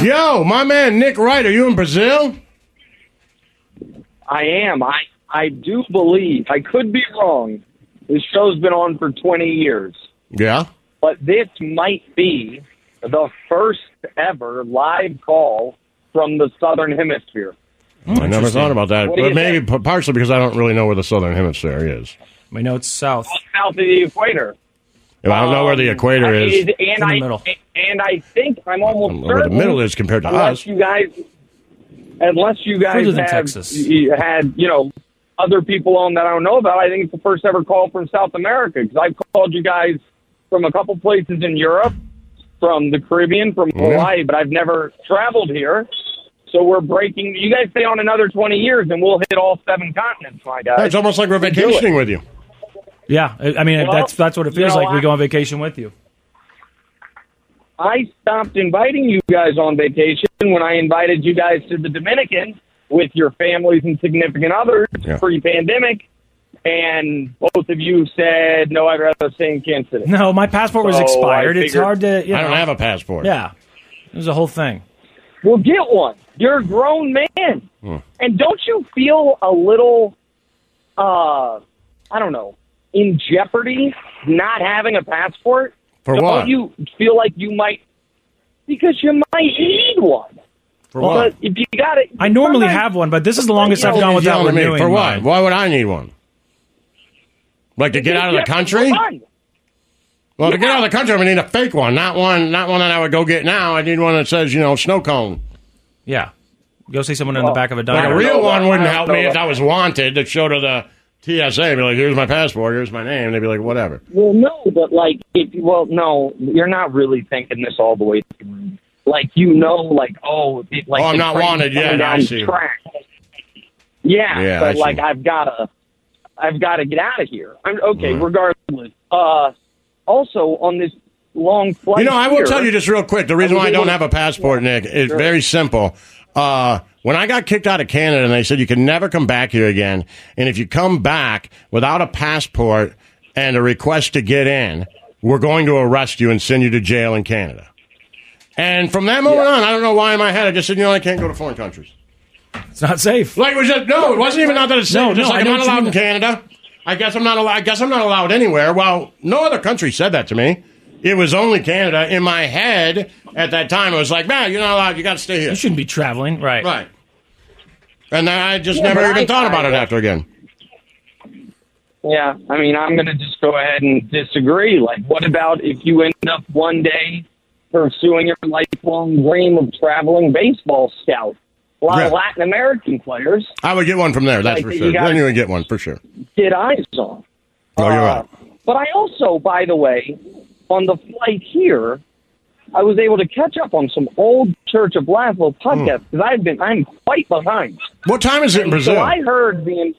Yo, my man Nick Wright, are you in Brazil?
I am. I I do believe. I could be wrong. This show's been on for 20 years,
Yeah.
but this might be the first ever live call from the Southern Hemisphere.
I never thought about that.
What do
But
you
maybe p- partially because I don't really know where the southern hemisphere is.
We know it's south.
South of the equator.
If I don't know where the equator
Um, I-
is.
and
in the
I
middle.
and I think I'm
I don't
almost
know where the
certain
middle is compared to
unless
us.
you guys, unless you guys
Further than
have
Texas.
you had you know other people on that I don't know about. I think it's the first ever call from South America because I've called you guys from a couple places in Europe, from the Caribbean, from Hawaii, but I've never traveled here. So we're breaking. You guys stay on another twenty years, and we'll hit all seven continents, my guys.
It's almost like we're
We do it.
vacationing with you.
Yeah, I I mean
Well,
that's that's what it
you
feels
know,
like. We
I-
go on vacation with you.
I stopped inviting you guys on vacation when I invited you guys to the Dominican with your families and significant others
Yeah.
pre pandemic. And both of you said, no, I'd rather stay in Kansas City.
No, my passport was
So I
expired. It's
figured-
hard to. You know,
I don't have a passport.
Yeah, it was a whole thing.
Well, get one. You're a grown man. And don't you feel a little, uh, I don't know, in jeopardy not having a passport?
For
don't
what?
you feel like you might, because you might need one.
For what?
But if you got it,
I normally
sometimes-
have one, but this is the longest I've
Sometimes-
gone without
Yelling at me.
renewing.
For what?
mine.
Why would I need one? Like to get out of the country?
Fun.
Well, to get out of the country, I would need a fake one, not one, not one that I would go get now. I need one that says, you know, snow cone.
Yeah, go see someone in the back of a
Like
diner.
a real
know
one
that.
wouldn't
I don't
help
know
me if
that.
I was wanted to show to the TSA. Be like, here's my passport, here's my name. They'd be like, whatever.
Well, no, but like, if well, no, you're not really thinking this all the way through. Like, you know, like, oh, it, like
Oh, I'm
the
not
train's
wanted
coming
yet,
down
I
the
see.
Track. Yeah,
Yeah, I
but
see.
like, I've gotta, I've gotta get out of here. I'm okay, regardless. Uh, also on this long flight,
You know, I will
here-
tell you just real quick. The reason
was
why I
able
don't
to-
have a passport, Nick, is
Sure.
very simple. Uh, when I got kicked out of Canada and they said you can never come back here again, and if you come back without a passport and a request to get in, we're going to arrest you and send you to jail in Canada. And from that moment on, I don't know why in my head I just said, you know, I can't go to foreign countries.
It's not safe.
Like it was just no, it wasn't even not that it's
No,
no, just
no,
like
I know
I'm not
what you
allowed in
mean.
Canada. I guess I'm not allowed. I guess I'm not allowed anywhere. Well, no other country said that to me. It was only Canada. In my head at that time, it was like, man, you're not allowed. You got to stay here,
You shouldn't be traveling, right?
right? And then I just
Yeah,
never
but
even
I-
thought about
I-
it after again.
Yeah, I mean, I'm going to just go ahead and disagree. Like, what about if you end up one day pursuing your lifelong dream of traveling baseball scout? A lot of
Yeah.
Latin American players
I would get one from there. That's
Like,
for
you
sure.
gotta-
Then you would get one for sure.
get eyes on.
Oh, you're
Uh,
right.
But I also, by the way, on the flight here, I was able to catch up on some old Church of Laszlo podcasts because I've been I'm quite behind.
Hmm. What time is it in Brazil?
So I heard the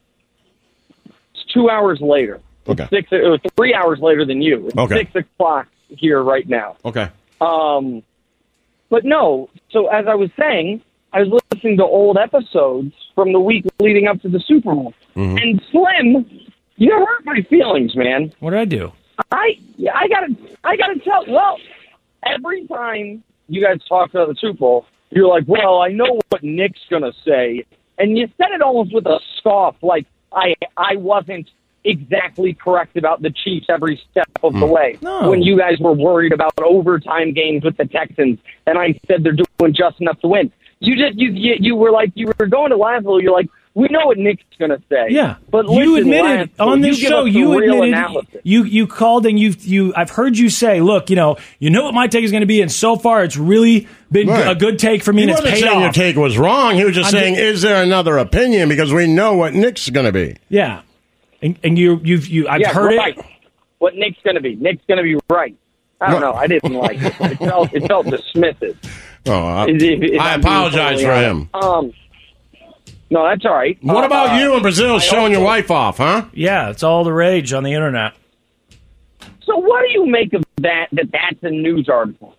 it's two hours later.
Okay.
Six or three hours later than you. It's
Okay.
six o'clock here right now.
Okay.
Um, but no, so as I was saying, I was
Mm-hmm.
listening to old episodes from the week leading up to the Super Bowl, and Slim You hurt my feelings, man.
What did I do?
I I gotta I gotta tell. Well, every time you guys talk about the Super Bowl, you're like, "Well, I know what Nick's gonna say," and you said it almost with a scoff, like I I wasn't exactly correct about the Chiefs every step of the way.
Hmm. No.
When you guys were worried about overtime games with the Texans, and I said they're doing just enough to win. You just you you, you were like you were going to Lionsville. You're like. We know what Nick's going to say.
Yeah,
but
you
listen,
admitted
Lionsville,
on this
give
show.
us the
You
real
admitted
analysis.
you you called and you you. I've heard you say, look, you know, you know what my take is going to be, and so far it's really been
Right.
a good take for me,
He
and it's
wasn't
paid
saying your
off.
take was wrong. He was just
I'm
saying,
just-
is there another opinion? Because we know what Nick's going to be.
Yeah, and, and you you've you. I've
yeah,
heard
right.
it.
What Nick's going to be? Nick's going to be right. I don't know. I didn't like it. It felt it felt dismissive.
Oh, I,
If- if- if
I
I'm being
apologize
totally
for
honest.
him.
Um, no, that's all right.
What
Uh,
about you in Brazil showing your
also-
wife off, huh?
Yeah, it's all the rage on the internet.
So, what do you make of that? That that's a news article.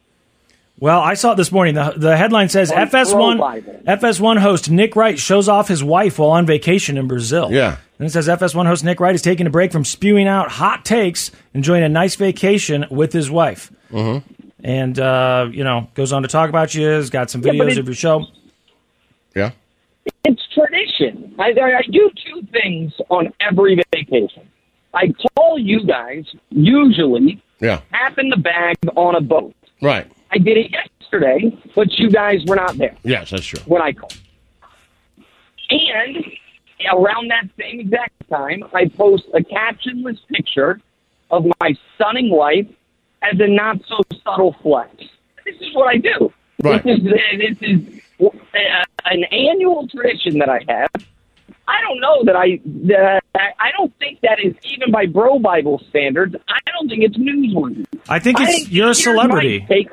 Well, I saw it this morning. The, the headline says
On
FS1
Pro-Bible.
FS1 host Nick Wright shows off his wife while on vacation in Brazil.
Yeah.
And it says FS1 host Nick Wright is taking a break from spewing out hot takes, enjoying a nice vacation with his wife. Mm-hmm. And uh, you know, goes on to talk about you. Has got some
Yeah, but
videos
it-
of your show.
Yeah.
It's tradition. I, I, I do two things on every vacation. I call you guys usually
Yeah.
half in the bag on a boat.
Right.
I did it yesterday, but you guys were not there.
Yes, that's true.
when I call. And around that same exact time, I post a captionless picture of my stunning wife as a not so subtle flex. This is what I do.
Right.
This is this is uh, an annual tradition that I have. I don't know that I that I, I don't think that is even by bro Bible standards. I don't think it's newsworthy.
I think
I
it's
think
you're a
here's
celebrity.
my take.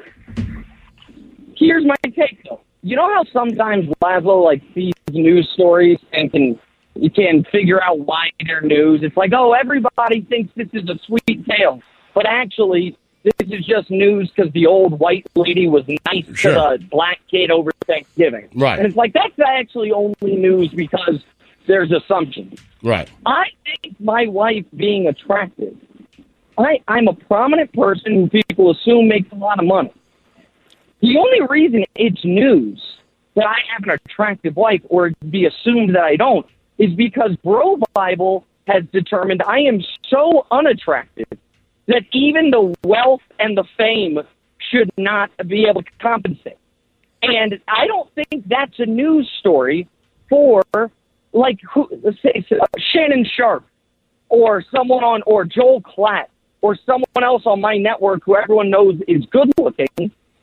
Here's my take, though. You know how sometimes Laszlo like sees news stories and can you can figure out why they're news. It's like, oh, everybody thinks this is a sweet tale, but actually, this is just news because the old white lady was nice
Sure.
to the black kid over Thanksgiving.
Right.
And it's like that's actually only news because there's assumptions.
Right.
I think my wife being attractive. I, I'm a prominent person who people assume makes a lot of money. The only reason it's news that I have an attractive wife or it'd be assumed that I don't is because Bro Bible has determined I am so unattractive that even the wealth and the fame should not be able to compensate. And I don't think that's a news story for like who, let's say uh, Shannon Sharp or someone on or Joel Klatt or someone else on my network who everyone knows is good looking.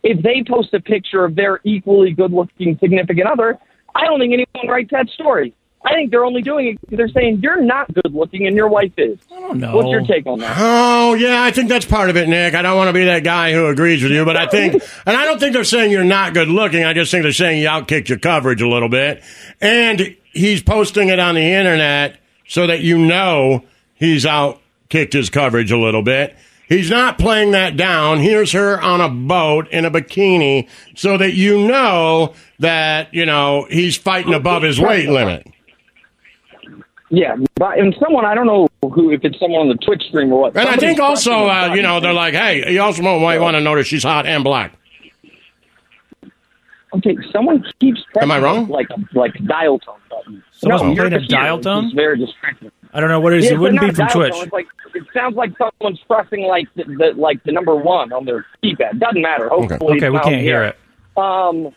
If they post a picture of their equally good looking significant other, I don't think anyone writes that story. I think they're only doing it because they're saying you're not good looking and your wife is. I
don't know.
What's your take on that?
Oh yeah, I think that's part of it, Nick. I don't want to be that guy who agrees with you, but I think, and I don't think they're saying you're not good looking. I just think they're saying you outkicked your coverage a little bit, and he's posting it on the internet so that you know he's outkicked his coverage a little bit. He's not playing that down. Here's her on a boat in a bikini, so that you know that you know he's fighting above his weight limit.
Yeah, but and someone I don't know who if it's someone on the Twitch stream or what.
And I
Somebody's
think also,
questioning
uh, you know, they're like, hey, you also might want to notice she's hot and black.
Okay, someone keeps pressing
Am I wrong?
like a like dial tone button.
Someone's
you're
playing a
confused.
dial tone?
It's very distracting.
I don't know what it is.
Yeah,
it
but
wouldn't
not
be
a
from
dial
Twitch.
tone. It's like it sounds like someone's pressing like the, the like the number one on their keypad. Doesn't matter. Hopefully,
okay,
it's
we
not
can't hear
here.
it.
Um,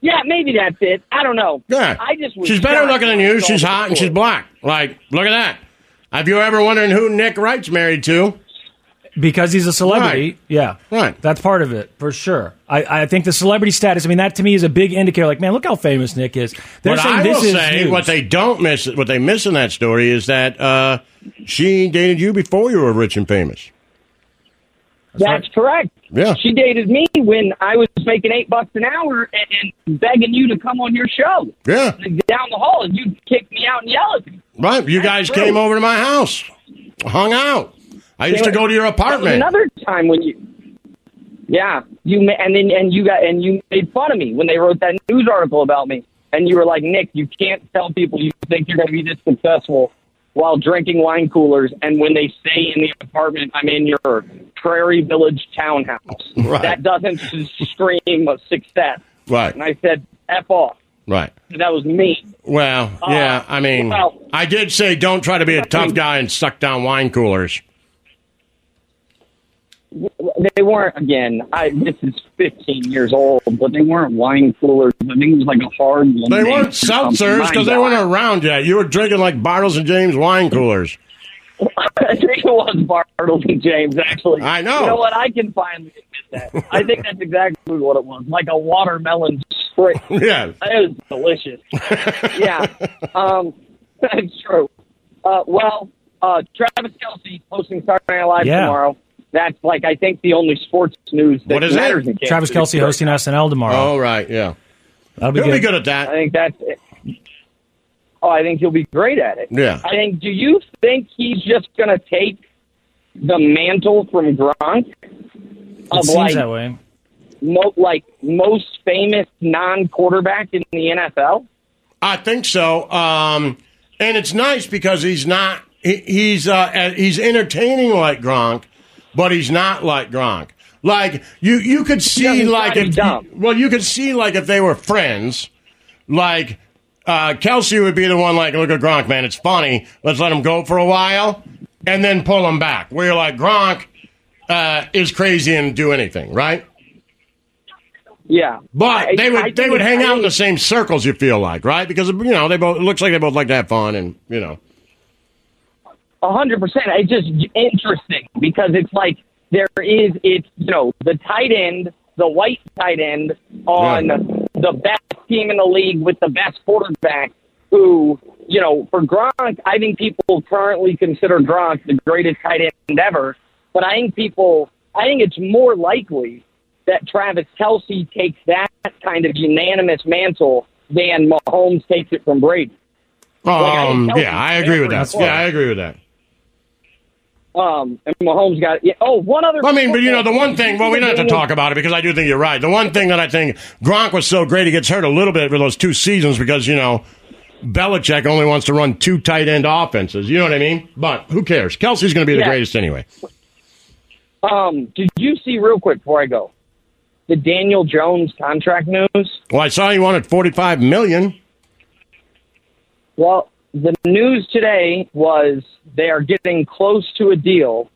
yeah, maybe that's it. I don't know.
Yeah.
I just was
she's better
shocked
looking than
when I
you.
saw
She's
the
hot and
story.
she's black. Like, look at that. If you're ever wondering who Nick Wright's married to,
because he's a celebrity.
Right.
Yeah,
Right.
That's part of it for sure. I, I think the celebrity status. I mean, that to me is a big indicator. Like, man, look how famous Nick is. They're
what
saying
I
this
will
is
say,
news.
what they don't miss, what they miss in that story is that uh, she dated you before you were rich and famous.
That's correct.
Yeah.
She dated me when I was making eight bucks an hour and, and begging you to come on your show.
Yeah.
Down the hall, and you'd kick me out and yell at me.
Right. You guys
true.
came over to my house, hung out. I used to go to your apartment.
Another time when you, yeah, you ma- and then and you got and you made fun of me when they wrote that news article about me, and you were like, Nick, you can't tell people you think you're going to be this successful while drinking wine coolers, and when they stay in the apartment, I'm in your Prairie Village townhouse.
Right.
That doesn't scream of success.
Right.
And I said, F off.
Right.
That was me.
Well, yeah, I mean,
Uh, well-
I did say don't try to be a tough guy and suck down wine coolers.
They weren't, again, I, this is 15 years old, but they weren't wine coolers. I think it was like a hard one.
They weren't seltzers because they weren't around yet. You were drinking like Bartles and James wine coolers.
I think it was Bartles and James, actually.
I know.
You know what? I can finally admit that. I think that's exactly what it was. Like a watermelon spritz.
Yeah.
It was delicious. yeah. Um, that's true. Uh, well, uh, Travis Kelsey hosting Saturday Night Live
Yeah.
tomorrow. That's like I think the only sports news that
What is it?
matters in Kansas
Travis
City.
Kelsey hosting SNL tomorrow.
Oh, right, yeah.
That'll be
You'll
good.
be good at
I
that.
think that's it. Oh, I think he'll be great at it.
Yeah.
I think. Do you think he's just going to take the mantle from Gronk
It
of
seems
like
that way.
mo- like most famous non-quarterback in the NFL?
I think so. Um, and it's nice because he's not he, he's uh, uh, he's entertaining like Gronk, but he's not like Gronk. Like you you could see
he's
like
not, he's
if
dumb.
well you could see like if they were friends, like uh, Kelsey would be the one like look at Gronk man it's funny let's let him go for a while and then pull him back. Where you're like Gronk uh, is crazy and do anything right.
Yeah.
But
I-
they would
I
they
think-
would hang
I
out in
think-
the same circles. You feel like right because you know they both it looks like they both like to have fun and you know
A hundred percent. It's just interesting because it's like there is it's you know the tight end, the white tight end on
Yeah.
the best team in the league with the best quarterback. Who you know for Gronk, I think people currently consider Gronk the greatest tight end ever. But I think people, I think it's more likely that Travis Kelsey takes that kind of unanimous mantle than Mahomes takes it from Brady. I
um
think
yeah I agree with that
Kelsey's
yeah I agree with that.
Um, and Mahomes got yeah, oh one other.
I mean, but you know the one thing. Well, we don't have to talk about it because I do think you're right. The one thing that I think Gronk was so great, he gets hurt a little bit for those two seasons because you know Belichick only wants to run two tight end offenses. You know what I mean? But who cares? Kelsey's going to be the
Yeah.
greatest anyway.
Um, did you see real quick before I go the Daniel Jones contract news?
Well, I saw he wanted forty five million.
Well, the news today was they are getting close to a deal.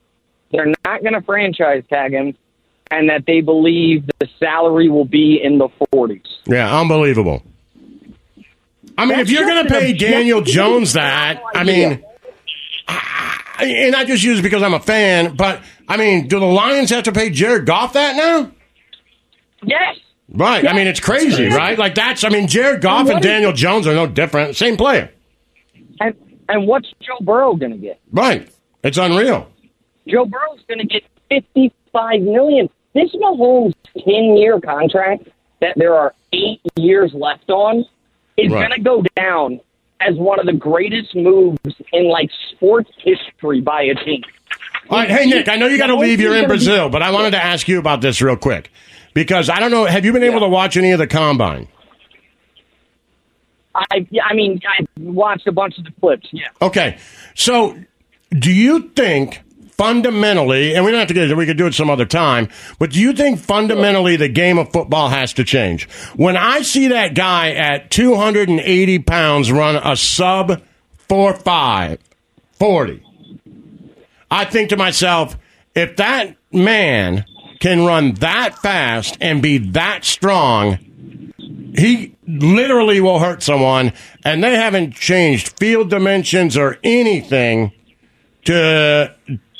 They're not going to franchise tag him, and that they believe the salary will be in the forties.
Yeah, unbelievable. I mean, if you're going to pay Daniel Jones that, I mean, I- and I just use it because I'm a fan, but I mean, do the Lions have to pay Jared Goff that now?
Yes.
Right. I mean, it's crazy, right? Like that's. I mean, Jared Goff and Daniel Jones are no different. Same player.
And and what's Joe Burrow going to get?
Right. It's unreal.
Joe Burrow's going to get fifty-five million. This Mahomes ten-year contract that there are eight years left on is
Right.
going to go down as one of the greatest moves in like sports history by a team.
All right. Hey, Nick. I know you got to leave. You're in Brazil, but I wanted to ask you about this real quick because I don't know. Have you been able to watch any of the combine?
I, I mean, I watched a bunch of the clips. Yeah,
Okay. So, do you think fundamentally, and we don't have to get it, we could do it some other time, but do you think fundamentally the game of football has to change? When I see that guy at 280 pounds run a sub 4 5, 40, I think to myself, if that man can run that fast and be that strong, he literally will hurt someone, and they haven't changed field dimensions or anything to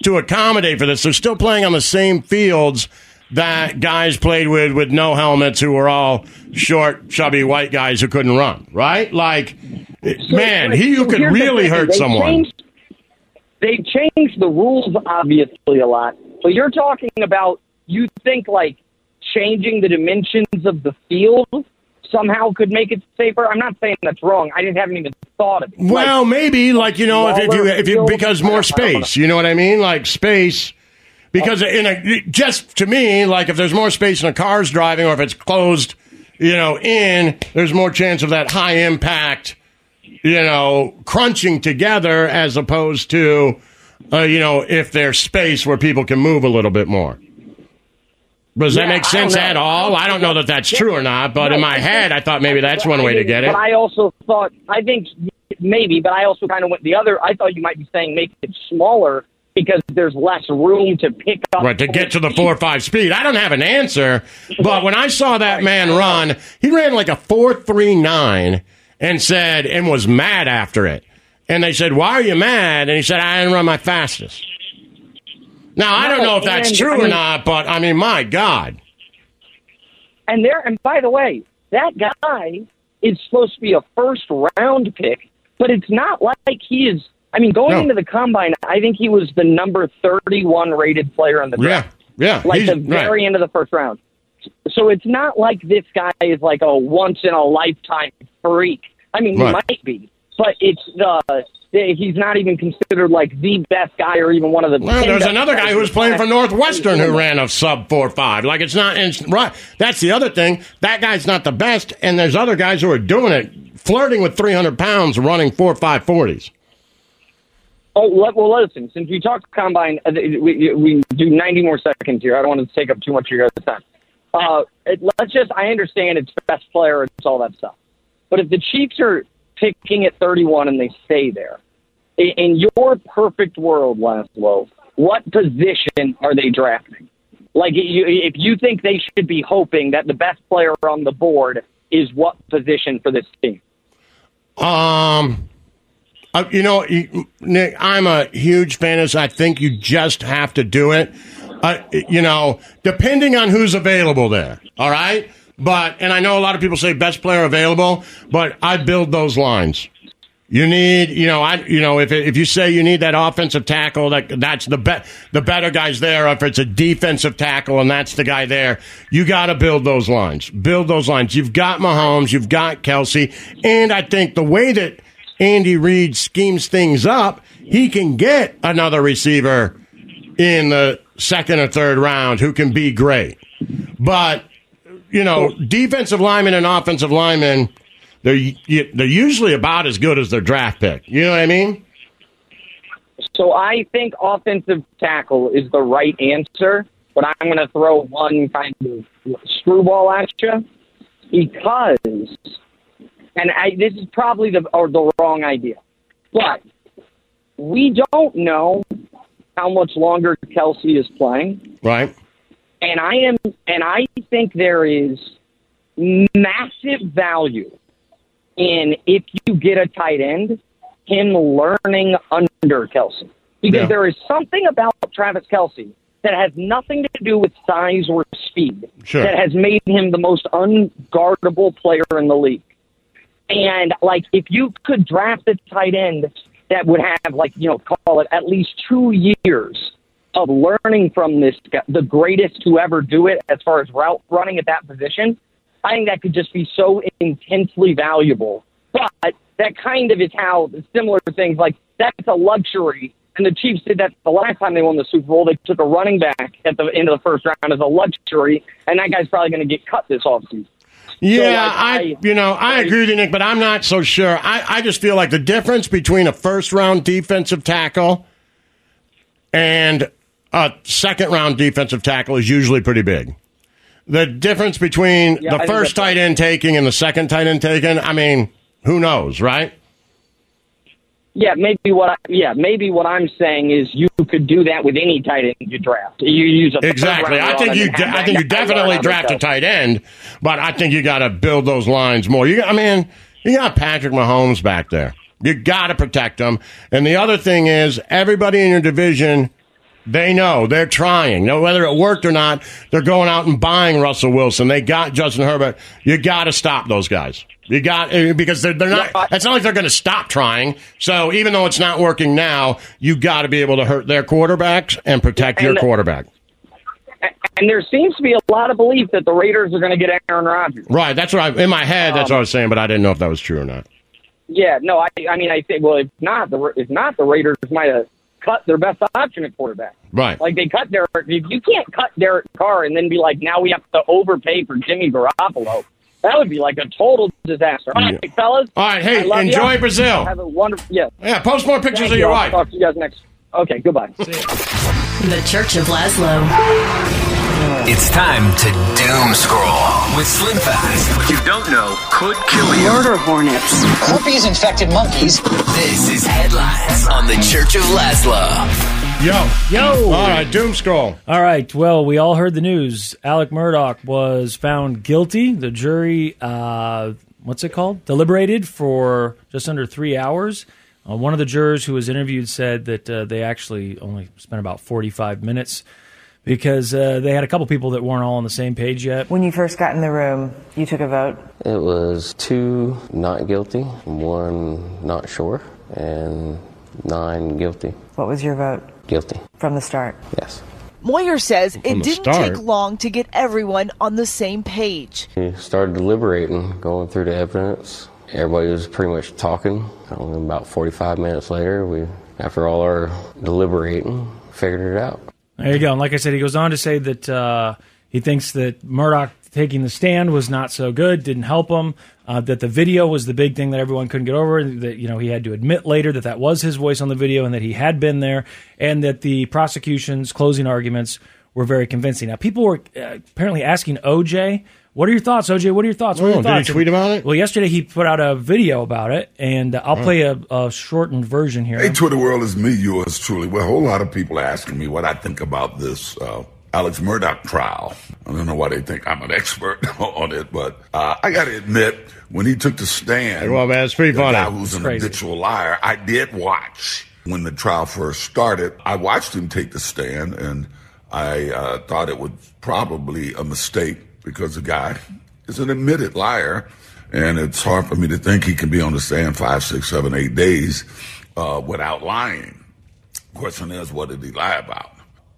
to accommodate for this. They're still playing on the same fields that guys played with with no helmets, who were all short, chubby white guys who couldn't run. Right? Like, man, he who could
Here's the
really
thing.
hurt
They
someone.
changed- They've changed the rules, obviously, a lot. But you're talking about, you think, like, changing the dimensions of the field somehow could make it safer? I'm not saying that's wrong. I just haven't even thought of it. Like,
Well, maybe like you know if, if you
smaller
if you
field.
because
I
more
don't- I don't
space, you know what I mean? Like space because in a just to me like if there's more space in a car's driving or if it's closed, you know, in there's more chance of that high impact you know, crunching together as opposed to, uh, you know, if there's space where people can move a little bit more. Does that
Yeah,
make
I don't
sense
know.
at all? I don't know that that's true or not, but in
No,
my
I
head, I thought maybe that's
But
one
I
way to
think-
get it.
But I also thought, I think maybe, but I also kind of went the other. I thought you might be saying make it smaller because there's less room to pick up.
Right, to get to the four or five speed. I don't have an answer, but when I saw that man run, he ran like a four three nine and said and was mad after it. And they said, Why are you mad? And he said, I didn't run my fastest. Now I don't
No,
know if that's
and,
true
I
or
mean-
not, but I mean my God.
And there, and by the way, that guy is supposed to be a first round pick, but it's not like he is. I mean, going
No.
into the combine, I think he was the number 31 rated player in the
Yeah.
draft.
Yeah.
Like
he's-
the
right.
very end of the first round. So it's not like this guy is like a once in a lifetime freak. I mean,
Right.
he might be, but it's the. He's not even considered like the best guy or even one of the.
Well,
10
there's
best
another guy
guys
who was playing for
in the
Northwestern who
draft.
ran a sub four five. Like it's not it's, right. That's the other thing. That guy's not the best, and there's other guys who are doing it, flirting with 300 pounds, running four five forties.
Oh, let, well, listen, since we talked combine, uh, we, we do 90 more seconds here. I don't want to take up too much of your guys' time. Uh, it, let's just, I understand it's best player, it's all that stuff. But if the Chiefs are picking at 31 and they stay there, in, in your perfect world, Laszlo, what position are they drafting? Like, you, if you think they should be hoping that the best player on the board is what position for this team?
Um, uh, you know, you- Nick, I'm a huge fan of. this. I think you just have to do it. Uh, you know, depending on who's available there. All right, but and I know a lot of people say best player available, but I build those lines. You need, you know, I, you know, if if you say you need that offensive tackle, that that's the bet, the better guys there. If it's a defensive tackle and that's the guy there, you got to build those lines. Build those lines. You've got Mahomes, you've got Kelsey, and I think the way that Andy Reid schemes things up, he can get another receiver in the second or third round who can be great. But you know, defensive linemen and offensive linemen, they're y- they're usually about as good as their draft pick. You know what I mean?
So I think offensive tackle is the right answer, but I'm going to throw one kind of screwball at you because, and I, this is probably the or the wrong idea, but we don't know how much longer Kelsey is playing
Right?
and I am and I think there is massive value in if you get a tight end, him learning under Kelsey. Because
Yeah.
there is something about Travis Kelsey that has nothing to do with size or speed
Sure.
that has made him the most unguardable player in the league. And like, if you could draft a tight end that would have like, you know, call it at least two years of learning from this, guy, the greatest to ever do it as far as route running at that position, I think that could just be so intensely valuable. But that kind of is how similar things like that's a luxury. And the Chiefs did that the last time they won the Super Bowl. They took a running back at the end of the first round as a luxury, and that guy's probably going to get cut this offseason.
Yeah,
like,
I,
I-
you know I agree with you, Nick, but I'm not so sure. I, I just feel like the difference between a first round defensive tackle and a second round defensive tackle is usually pretty big. The difference between
Yeah, I
the
think
first
that's right.
tight end taking and the second tight end taking, I mean, who knows, right?
Yeah, maybe what I, yeah maybe what I'm saying is you could do that with any tight end you draft. You use a third
Exactly.
round
I think
on
you.
and have
De- I
that
think you
guy learn
definitely
how to
draft a
go.
tight end, but I think you got to build those lines more. You, got- I mean, you got Patrick Mahomes back there. You got to protect him. And the other thing is, everybody in your division, they know they're trying. Now, whether it worked or not, they're going out and buying Russell Wilson. They got Justin Herbert. You got to stop those guys. You got eh, because they're, they're not. It's not like they're going to stop trying. So even though it's not working now, you got to be able to hurt their quarterbacks and protect your
And-
quarterback.
And there seems to be a lot of belief that the Raiders are going to get Aaron Rodgers.
Right. That's what I in my head. That's what
Um,
I was saying, but I didn't know if that was true or not.
Yeah, no, I I mean I think well if not the if not the Raiders might have cut their best option at quarterback.
Right.
Like they cut Derek. You you can't cut Derek Carr and then be like, now we have to overpay for Jimmy Garoppolo. That would be like a total disaster. All right, fellas.
All right, hey,
I love
enjoy
ya.
Brazil.
Have a wonderful. Yeah.
Yeah, post more pictures
Thank
of your
you. I'll
wife.
Talk to you guys next. Okay, goodbye.
The Church of Laszlo.
It's time to doom scroll with Slim Fast. What you don't know could kill you. Murder hornets. Herpes infected monkeys. This is Headlines on the Church of Laszlo.
Yo.
Yo.
All right, doom scroll.
All right. Well, we all heard the news. Alec Murdoch was found guilty. The jury, uh, what's it called? Deliberated for just under three hours. Uh, one of the jurors who was interviewed said that uh, they actually only spent about 45 minutes because uh, they had a couple people that weren't all on the same page yet.
When you first got in the room, you took a vote.
It was two not guilty, one not sure, and nine guilty.
What was your vote
Guilty,
from the start?
yes.
Moyer says
From
it
the
didn't
start.
take long to get everyone on the same page.
We started deliberating, going through the evidence. Everybody was pretty much talking. And about 45 minutes later, we, after all our deliberating, figured it out.
There you go. And like I said, he goes on to say that uh, he thinks that Murdoch taking the stand was not so good, didn't help him. Uh, that the video was the big thing that everyone couldn't get over. That you know he had to admit later that that was his voice on the video and that he had been there, and that the prosecution's closing arguments were very convincing. Now people were uh, apparently asking OJ, "What are your thoughts, OJ? What are your thoughts? What are
Oh,
your
did he
thoughts?"
tweet about it?
Well, yesterday he put out a video about it, and uh, I'll
Wow.
play a, a shortened version here.
Hey, Twitter world is me, yours truly. Well, a whole lot of people are asking me what I think about this uh, Alex Murdoch trial. I don't know why they think I'm an expert on it, but uh, I got to admit, when he took the stand,
Hey, well, man, it's pretty
the
funny.
guy who's an
It's crazy.
habitual liar, I did watch when the trial first started. I watched him take the stand, and I uh, thought it was probably a mistake because the guy is an admitted liar. And it's hard for me to think he can be on the stand five, six, seven, eight days uh, without lying. Question is, what did he lie about?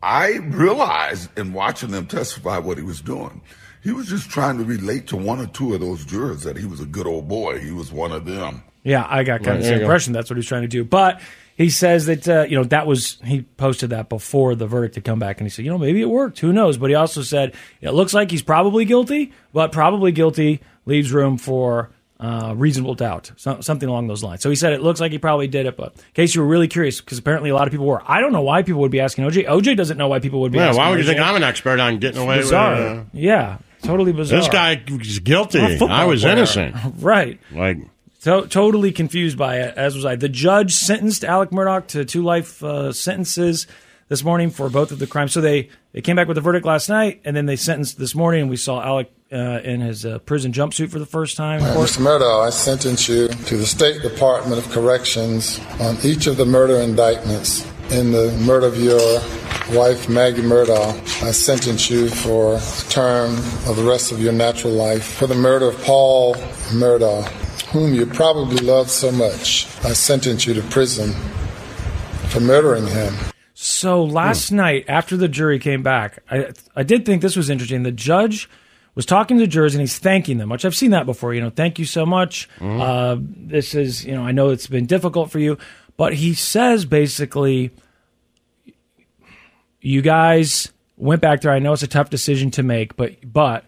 I realized in watching him testify what he was doing. He was just trying to relate to one or two of those jurors that he was a good old boy. He was one of them.
Yeah, I got kind
Right,
of
there you
the
go.
impression that's what he's trying to do. But he says that uh, you know that was he posted that before the verdict had come back, and he said you know maybe it worked, who knows? But he also said it looks like he's probably guilty, but probably guilty leaves room for uh, reasonable doubt, so, something along those lines. So he said it looks like he probably did it, but in case you were really curious, because apparently a lot of people were. I don't know why people would be asking OJ. OJ doesn't know why people would be.
Yeah,
asking
why would you
OJ.
think I'm an expert on getting away
bizarre.
with uh,
yeah, totally bizarre.
This guy is guilty.
I'm a football
I was
player.
innocent.
right.
Like,
To- totally confused by it, as was I. The judge sentenced Alec Murdoch to two life uh, sentences this morning for both of the crimes. So they, they came back with the verdict last night, and then they sentenced this morning, and we saw Alec uh, in his uh, prison jumpsuit for the first time.
Mr. Murdo, I sentence you to the State Department of Corrections on each of the murder indictments. In the murder of your wife, Maggie Murdoch, I sentence you for a term of the rest of your natural life. For the murder of Paul Murdoch, whom you probably loved so much, I sentence you to prison for murdering him.
So last night, after the jury came back, I I did think this was interesting. The judge was talking to the jurors and he's thanking them, which I've seen that before. You know, thank you so much. Uh, this is you know I know it's been difficult for you, but he says basically, you guys went back there. I know it's a tough decision to make, but but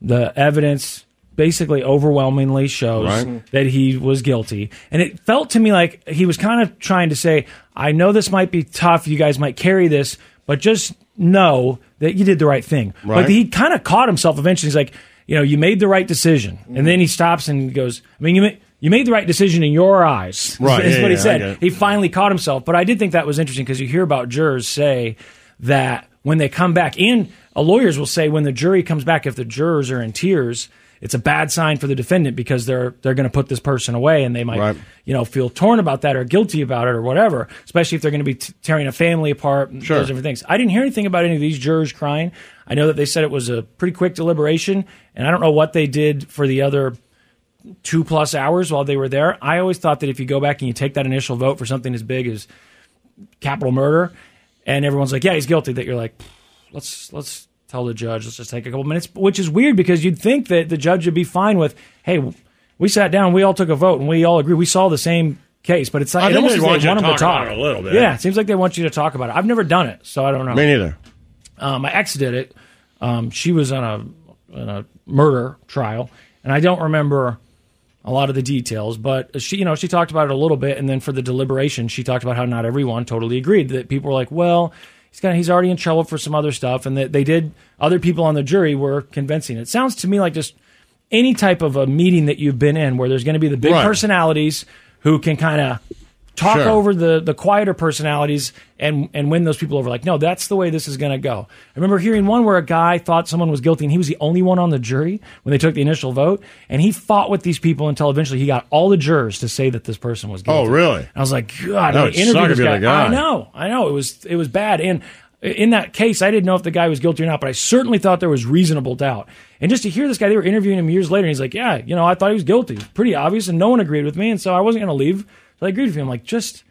the evidence basically overwhelmingly shows
Right.
that he was guilty. And it felt to me like he was kind of trying to say, I know this might be tough. You guys might carry this, but just know that you did the right thing.
Right.
But he kind of caught himself eventually. He's like, you know, you made the right decision. And then he stops and goes, I mean, you made. You made the right decision in your eyes.
Right,
Is
yeah,
what he
yeah, I
said
get it.
he finally caught himself. But I did think that was interesting because you hear about jurors say that when they come back, and uh, lawyers will say when the jury comes back, if the jurors are in tears, it's a bad sign for the defendant because they're they're going to put this person away, and they might you know feel torn about that or guilty about it or whatever. Especially if they're going to be t- tearing a family apart, and
Sure.
those different things. I didn't hear anything about any of these jurors crying. I know that they said it was a pretty quick deliberation, and I don't know what they did for the other two plus hours while they were there. I always thought that if you go back and you take that initial vote for something as big as capital murder, and everyone's like, "Yeah, he's guilty," that you're like, "Let's let's tell the judge. Let's just take a couple minutes," which is weird because you'd think that the judge would be fine with, "Hey, we sat down, we all took a vote, and we all agree we saw the same case." But it's like
I
it
think
almost
they
seems like they
want you to
want them to
talk
talk
about it a little bit.
Yeah, it seems like they want you to talk about it. I've never done it, so I don't know. Uh,
me neither.
Um, my ex did it. Um, she was on a, on a murder trial, and I don't remember a lot of the details, but she, you know, she talked about it a little bit, and then for the deliberation, she talked about how not everyone totally agreed. That people were like, "Well, he's kind of he's already in trouble for some other stuff," and that they did. Other people on the jury were convincing. It sounds to me like just any type of a meeting that you've been in where there's going to be the big
Right.
personalities who can kind of talk
Sure.
over the the quieter personalities and and win those people over like no that's the way this is going to go i remember hearing one where a guy thought someone was guilty and he was the only one on the jury when they took the initial vote and he fought with these people until eventually he got all the jurors to say that this person was guilty
Oh, really?
i was like god
That
I
would suck
interviewed
if
this
you're
guy.
the guy.
i know i know it was it was bad and in that case i didn't know if the guy was guilty or not but i certainly thought there was reasonable doubt and just to hear this guy they were interviewing him years later and he's like yeah you know i thought he was guilty pretty obvious and no one agreed with me and so i wasn't going to leave so i agreed with him like just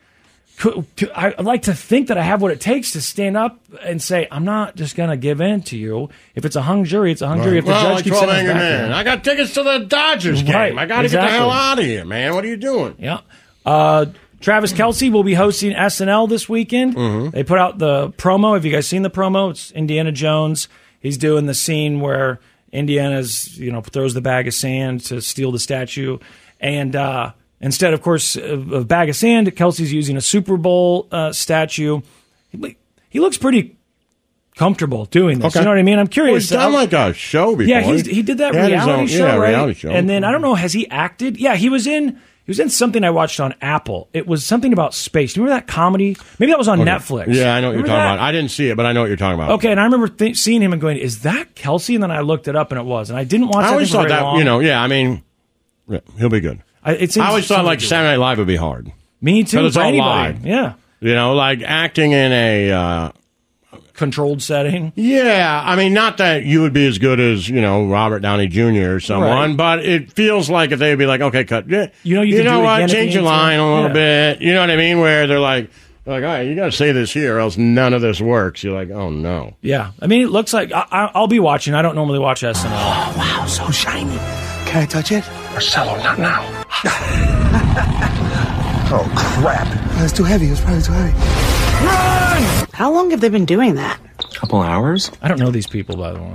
could, could- I I'd like to think that I have what it takes to stand up and say I'm not just going to give in to you. If it's a hung jury, it's a hung jury. If the
well,
judge
like
keeps
12
sending us
Angry
back
Men.
there.
I got tickets to the Dodgers game.
Right,
I got to get the
exactly.
hell out of here, man. What are you doing?
Yeah. Uh, Travis Kelsey will be hosting SNL this weekend.
Mm-hmm.
They put out the promo. Have you guys seen the promo? It's Indiana Jones. He's doing the scene where Indiana's you know throws the bag of sand to steal the statue, and uh, instead, of course, of, of bag of sand, Kelsey's using a Super Bowl uh, statue. He, he looks pretty comfortable doing this. You know what I mean? I'm
Well,
curious.
he's done
I'm-
like a show before.
yeah, he's, he did that
He had his
reality
own-
show,
yeah,
right?
reality show.
And then I don't know, has he acted? Yeah, he was in. He was in something I watched on Apple. It was something about space. Do you remember that comedy? Maybe that was on
Okay.
Netflix.
Yeah, I know what you're
Remember
talking
that?
about. I didn't see it, but I know what you're talking about.
Okay, and I remember th- seeing him and going, "Is that Kelsey?" And then I looked it up, and it was. And I didn't watch.
I
that
always
thing for
thought
very
that,
long.
you know, yeah, I mean, yeah, he'll be good.
I, it seems,
I always
seems
thought like
he-
Saturday Night Live would be hard.
Me too.
'Cause it's
for
all
anybody.
live.
Yeah,
You know, like acting in a uh,
controlled setting.
Yeah, I mean, not that you would be as good as you know Robert Downey Jr. or someone,
Right.
but it feels like if they would be like, okay, cut. Yeah,
You know, you
you
can do
know
it
what,
again at the
change your
end, so-
line a little
yeah.
bit. You know what I mean? Where they're like, they're like, all right, you got to say this here, or else none of this works. You're like, oh no.
yeah. I mean, it looks like I, I, I'll be watching. I don't normally watch SNL. Oh
wow, so shiny. Can I touch it? Marcelo, not now. oh, crap.
It was too heavy. It was probably too heavy. Run! How long have they been doing that?
Couple hours?
I don't know these people, by the way.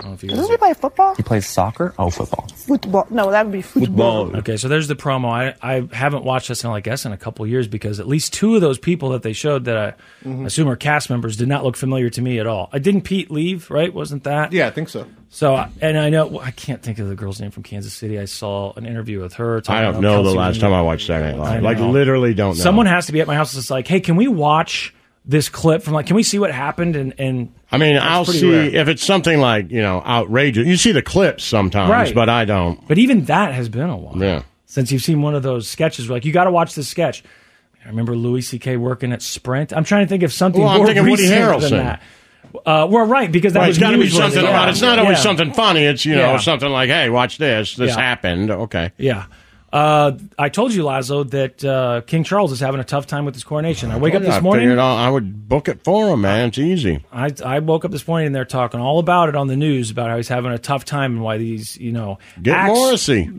I don't know if you guys
Doesn't he play football?
He plays soccer? Oh, football.
Football. No, that would be football.
Okay, so there's the promo. I, I haven't watched this in I guess in a couple years because at least two of those people that they showed that I
Mhm.
assume are cast members did not look familiar to me at all. I didn't Pete leave right? Wasn't that?
Yeah, I think so.
So I- and I know I can't think of the girl's name from Kansas City. I saw an interview with her. talking
I don't
about
know the
Kelsey
last
Grammer.
time I watched Saturday Night
I
Live. Like,
know.
literally, don't know.
Someone has to be at my house. That's like, hey, can we watch this clip from like? Can we see what happened? And and
I mean,
That's
I'll
pretty
see
rare.
if it's something like you know outrageous. You see the clips sometimes,
Right.
but I don't.
But even that has been a while.
Yeah.
Since you've seen one of those sketches, where like you got to watch this sketch. I remember Louis C.K. working at Sprint. I'm trying to think of something
Well, I'm
more
thinking Woody
recent
Harrelson.
than that. Uh, well, right, because that
Right,
was
it's got to be
news when it
something
came
about.
out.
It's not always
Yeah.
something funny. It's you know
Yeah.
something like, hey, watch this. This
Yeah.
happened. Okay.
Yeah. Uh, I told you, Lazo, that uh, King Charles is having a tough time with his coronation. I wake up
Yeah,
this
I,
morning.
figured I'll- I would book it for him, man. It's easy.
I, I woke up this morning and they're talking all about it on the news about how he's having a tough time and why these, you know,
Get
acts-
Morrissey.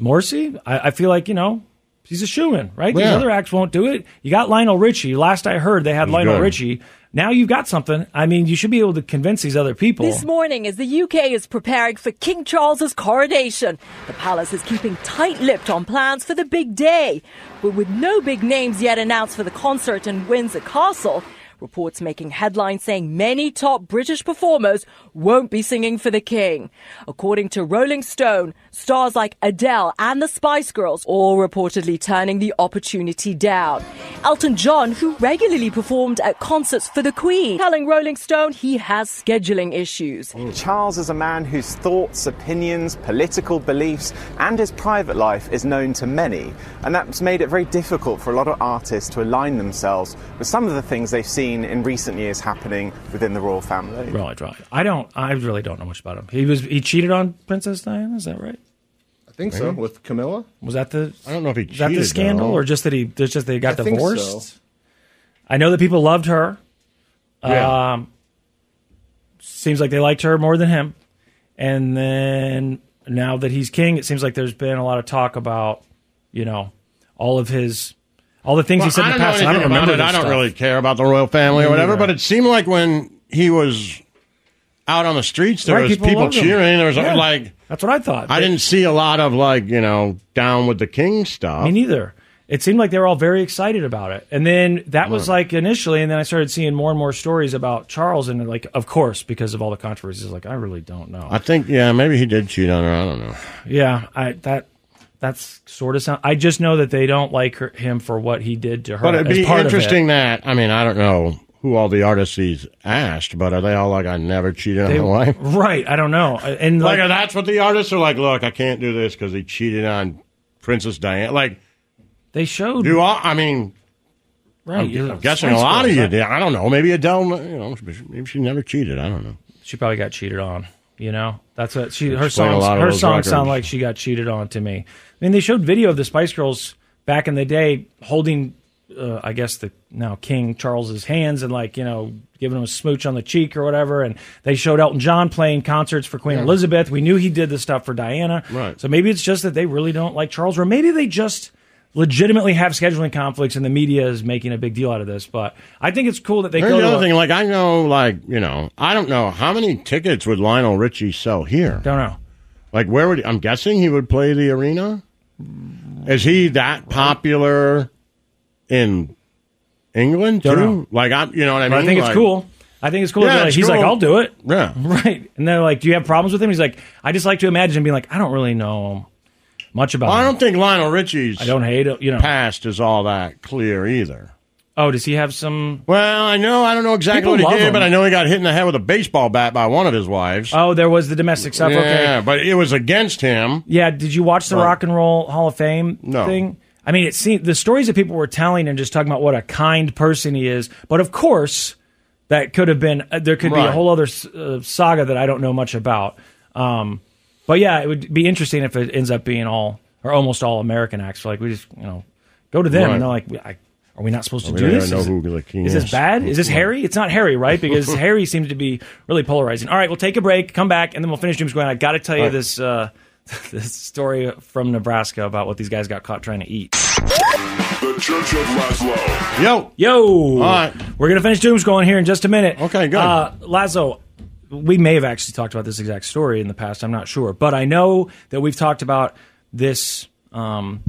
Morrissey, I, I feel like, you know, he's a shoe in, right? These
Yeah.
other acts won't do it. You got Lionel Richie. Last I heard, they had
He's
Lionel
good.
Richie. Now you've got something. I mean, you should be able to convince these other people.
This morning, as the UK is preparing for King Charles's coronation, the palace is keeping tight-lipped on plans for the big day. But with no big names yet announced for the concert in Windsor Castle, reports making headlines saying many top British performers won't be singing for the king. According to Rolling Stone, stars like Adele and the Spice Girls all reportedly turning the opportunity down. Elton John, who regularly performed at concerts for the Queen, telling Rolling Stone he has scheduling issues.
Mm.
Charles is a man whose thoughts, opinions, political beliefs, and his private life is known to many, and that's made it very difficult for a lot of artists to align themselves with some of the things they've seen in recent years happening within the royal family.
Right, right. I don't. I really don't know much about him. He was he cheated on Princess Diana. Is that right?
I think so.
Maybe.
With Camilla,
Was that the? I don't know if he was that the
cheated,
scandal
though.
or just that he there's just they got
I think
divorced.
so.
I know that people loved her.
Yeah.
Um, seems like they liked her more than him. And then now that he's king, it seems like there's been a lot of talk about you know all of his all the things he
Well,
said in the past. and
anything
I don't remember.
About it.
this
I don't
stuff.
really care about the royal family or
Me
whatever.
neither.
But it seemed like when he was out on the streets. There
Right,
was
people
people,
love them.
cheering. There was
Yeah, Uh,
like
that's what I thought.
I didn't see a lot of like you know down with the king stuff.
Me neither. It seemed like they were all very excited about it. And then that was like initially, and then I started seeing more and more stories about Charles, and like, of course, because of all the controversies, like I really don't know.
I think yeah, maybe he did cheat on her. I don't know.
Yeah, I that that's sort of sound. I just know that they don't like her, him for what he did to her.
But it'd
as
be
part of it.
interesting that I mean I don't know who all the artists he's asked, but are they all like I never cheated
They-
on my wife?
right? I don't know. And
Like,
like,
that's what the artists are like. Look, I can't do this because he cheated on Princess Diana. Like
they showed.
Do all, I mean?
Right,
I'm,
you're a
I'm guessing a
Spice
lot of
Girls,
you
right?
did. I don't know. Maybe Adele. You know, maybe she never cheated. I don't know.
she probably got cheated on. You know, that's what she
Explain
her
a
songs.
lot of
Her
those
songs sound like
records.
she got cheated on to me. I mean, they showed video of the Spice Girls back in the day holding, uh, I guess the now King Charles's hands and like you know giving him a smooch on the cheek or whatever. And they showed Elton John playing concerts for Queen
Yeah.
Elizabeth. We knew he did this stuff for Diana.
Right.
So maybe it's just that they really don't like Charles, or maybe they just legitimately have scheduling conflicts and the media is making a big deal out of this. But I think it's cool that they
Here's
go
the
to
other
a-
thing. Like I know, like you know, I don't know how many tickets would Lionel Richie sell here.
Don't know.
Like where would I'm guessing he would play the arena? Is he that popular in England too?
Don't know.
Like I'm, you know what I
But
mean?
I think
Like-
it's cool. I think it's cool.
Yeah,
They're like-
it's
he's like,
cool.
I'll do it.
Yeah.
Right. And they're like, Do you have problems with him? He's like, I just like to imagine him being like, I don't really know much about
Well, I
him.
don't think Lionel Richie's.
I don't hate it. You know.
Past is all that clear either.
Oh, does he have some?
Well, I know. I don't know exactly
People
what he
love
did,
him.
but I know he got hit in the head with a baseball bat by one of his wives.
Oh, there was the domestic stuff.
Yeah,
Okay.
but it was against him.
Yeah. Did you watch the
Right.
Rock and Roll Hall of Fame
No.
thing? I mean, it seemed the stories that people were telling and just talking about what a kind person he is. But of course, that could have been uh, there could be a
Right.
whole other uh, saga that I don't know much about. Um, but yeah, it would be interesting if it ends up being all or almost all American acts. Like we just you know go to them
Right.
and they're like, I, are we not supposed to
We
do
don't
this?
know
Is
who
it-
the king
is this
is.
bad? Is this Harry? It's not Harry, right? Because Harry seems to be really polarizing. All right, we'll take a break, come back, and then we'll finish Doom Square. And I got to tell you
All right.
this uh, this story from Nebraska about what these guys got caught trying to eat.
The Church of Laszlo.
Yo.
Yo. All
right.
We're going to finish Doom Scrolling here in just a minute. Okay,
good.
Uh, Lazo, we may have actually talked about this exact story in the past. I'm not sure. But I know that we've talked about this um,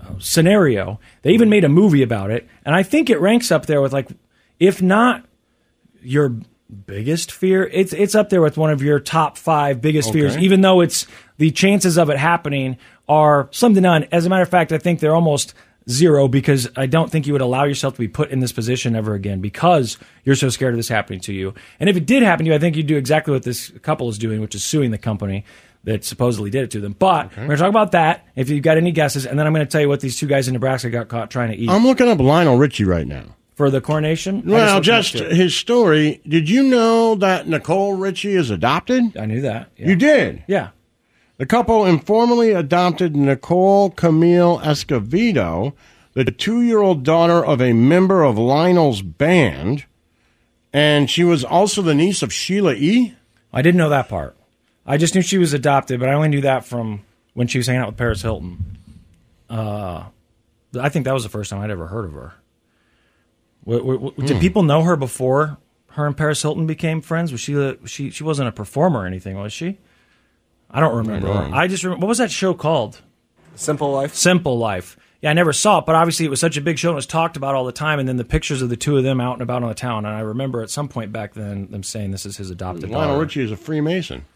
uh, scenario. They even made a movie about it. And I think it ranks up there with, like, if not your biggest fear, it's, it's up there with one of your top five biggest
Okay.
fears, even though it's the chances of it happening are slim to none. As a matter of fact, I think they're almost zero because I don't think you would allow yourself to be put in this position ever again because you're so scared of this happening to you. And if it did happen to you, I think you'd do exactly what this couple is doing, which is suing the company that supposedly did it to them. But we're going to talk about that if you've got any guesses. And then I'm going to tell you what these two guys in Nebraska got caught trying to eat
I'm looking up Lionel Richie right now.
for the coronation. I
Um, Well,
looked
just
up to it.
his story. Did you know that Nicole Richie is adopted?
I knew that.
You did?
Yeah.
The couple informally adopted Nicole Camille Escovedo, the two year old daughter of a member of Lionel's band, and she was also the niece of Sheila E.
I didn't know that part. I just knew she was adopted, but I only knew that from when she was hanging out with Paris Hilton. Uh, I think that was the first time I'd ever heard of her. W- w- w- Did
Hmm.
people know her before her and Paris Hilton became friends? Was she a, she she wasn't a performer or anything, was she? I don't remember.
wrong.
I just remember what was that show called? Simple Life. Simple Life. Yeah, I never saw it, but obviously it was such a big show and it was talked about all the time. And then the pictures of the two of them out and about on the town. And I remember at some point back then them saying this is his adopted
Lionel
daughter.
Richie is a Freemason.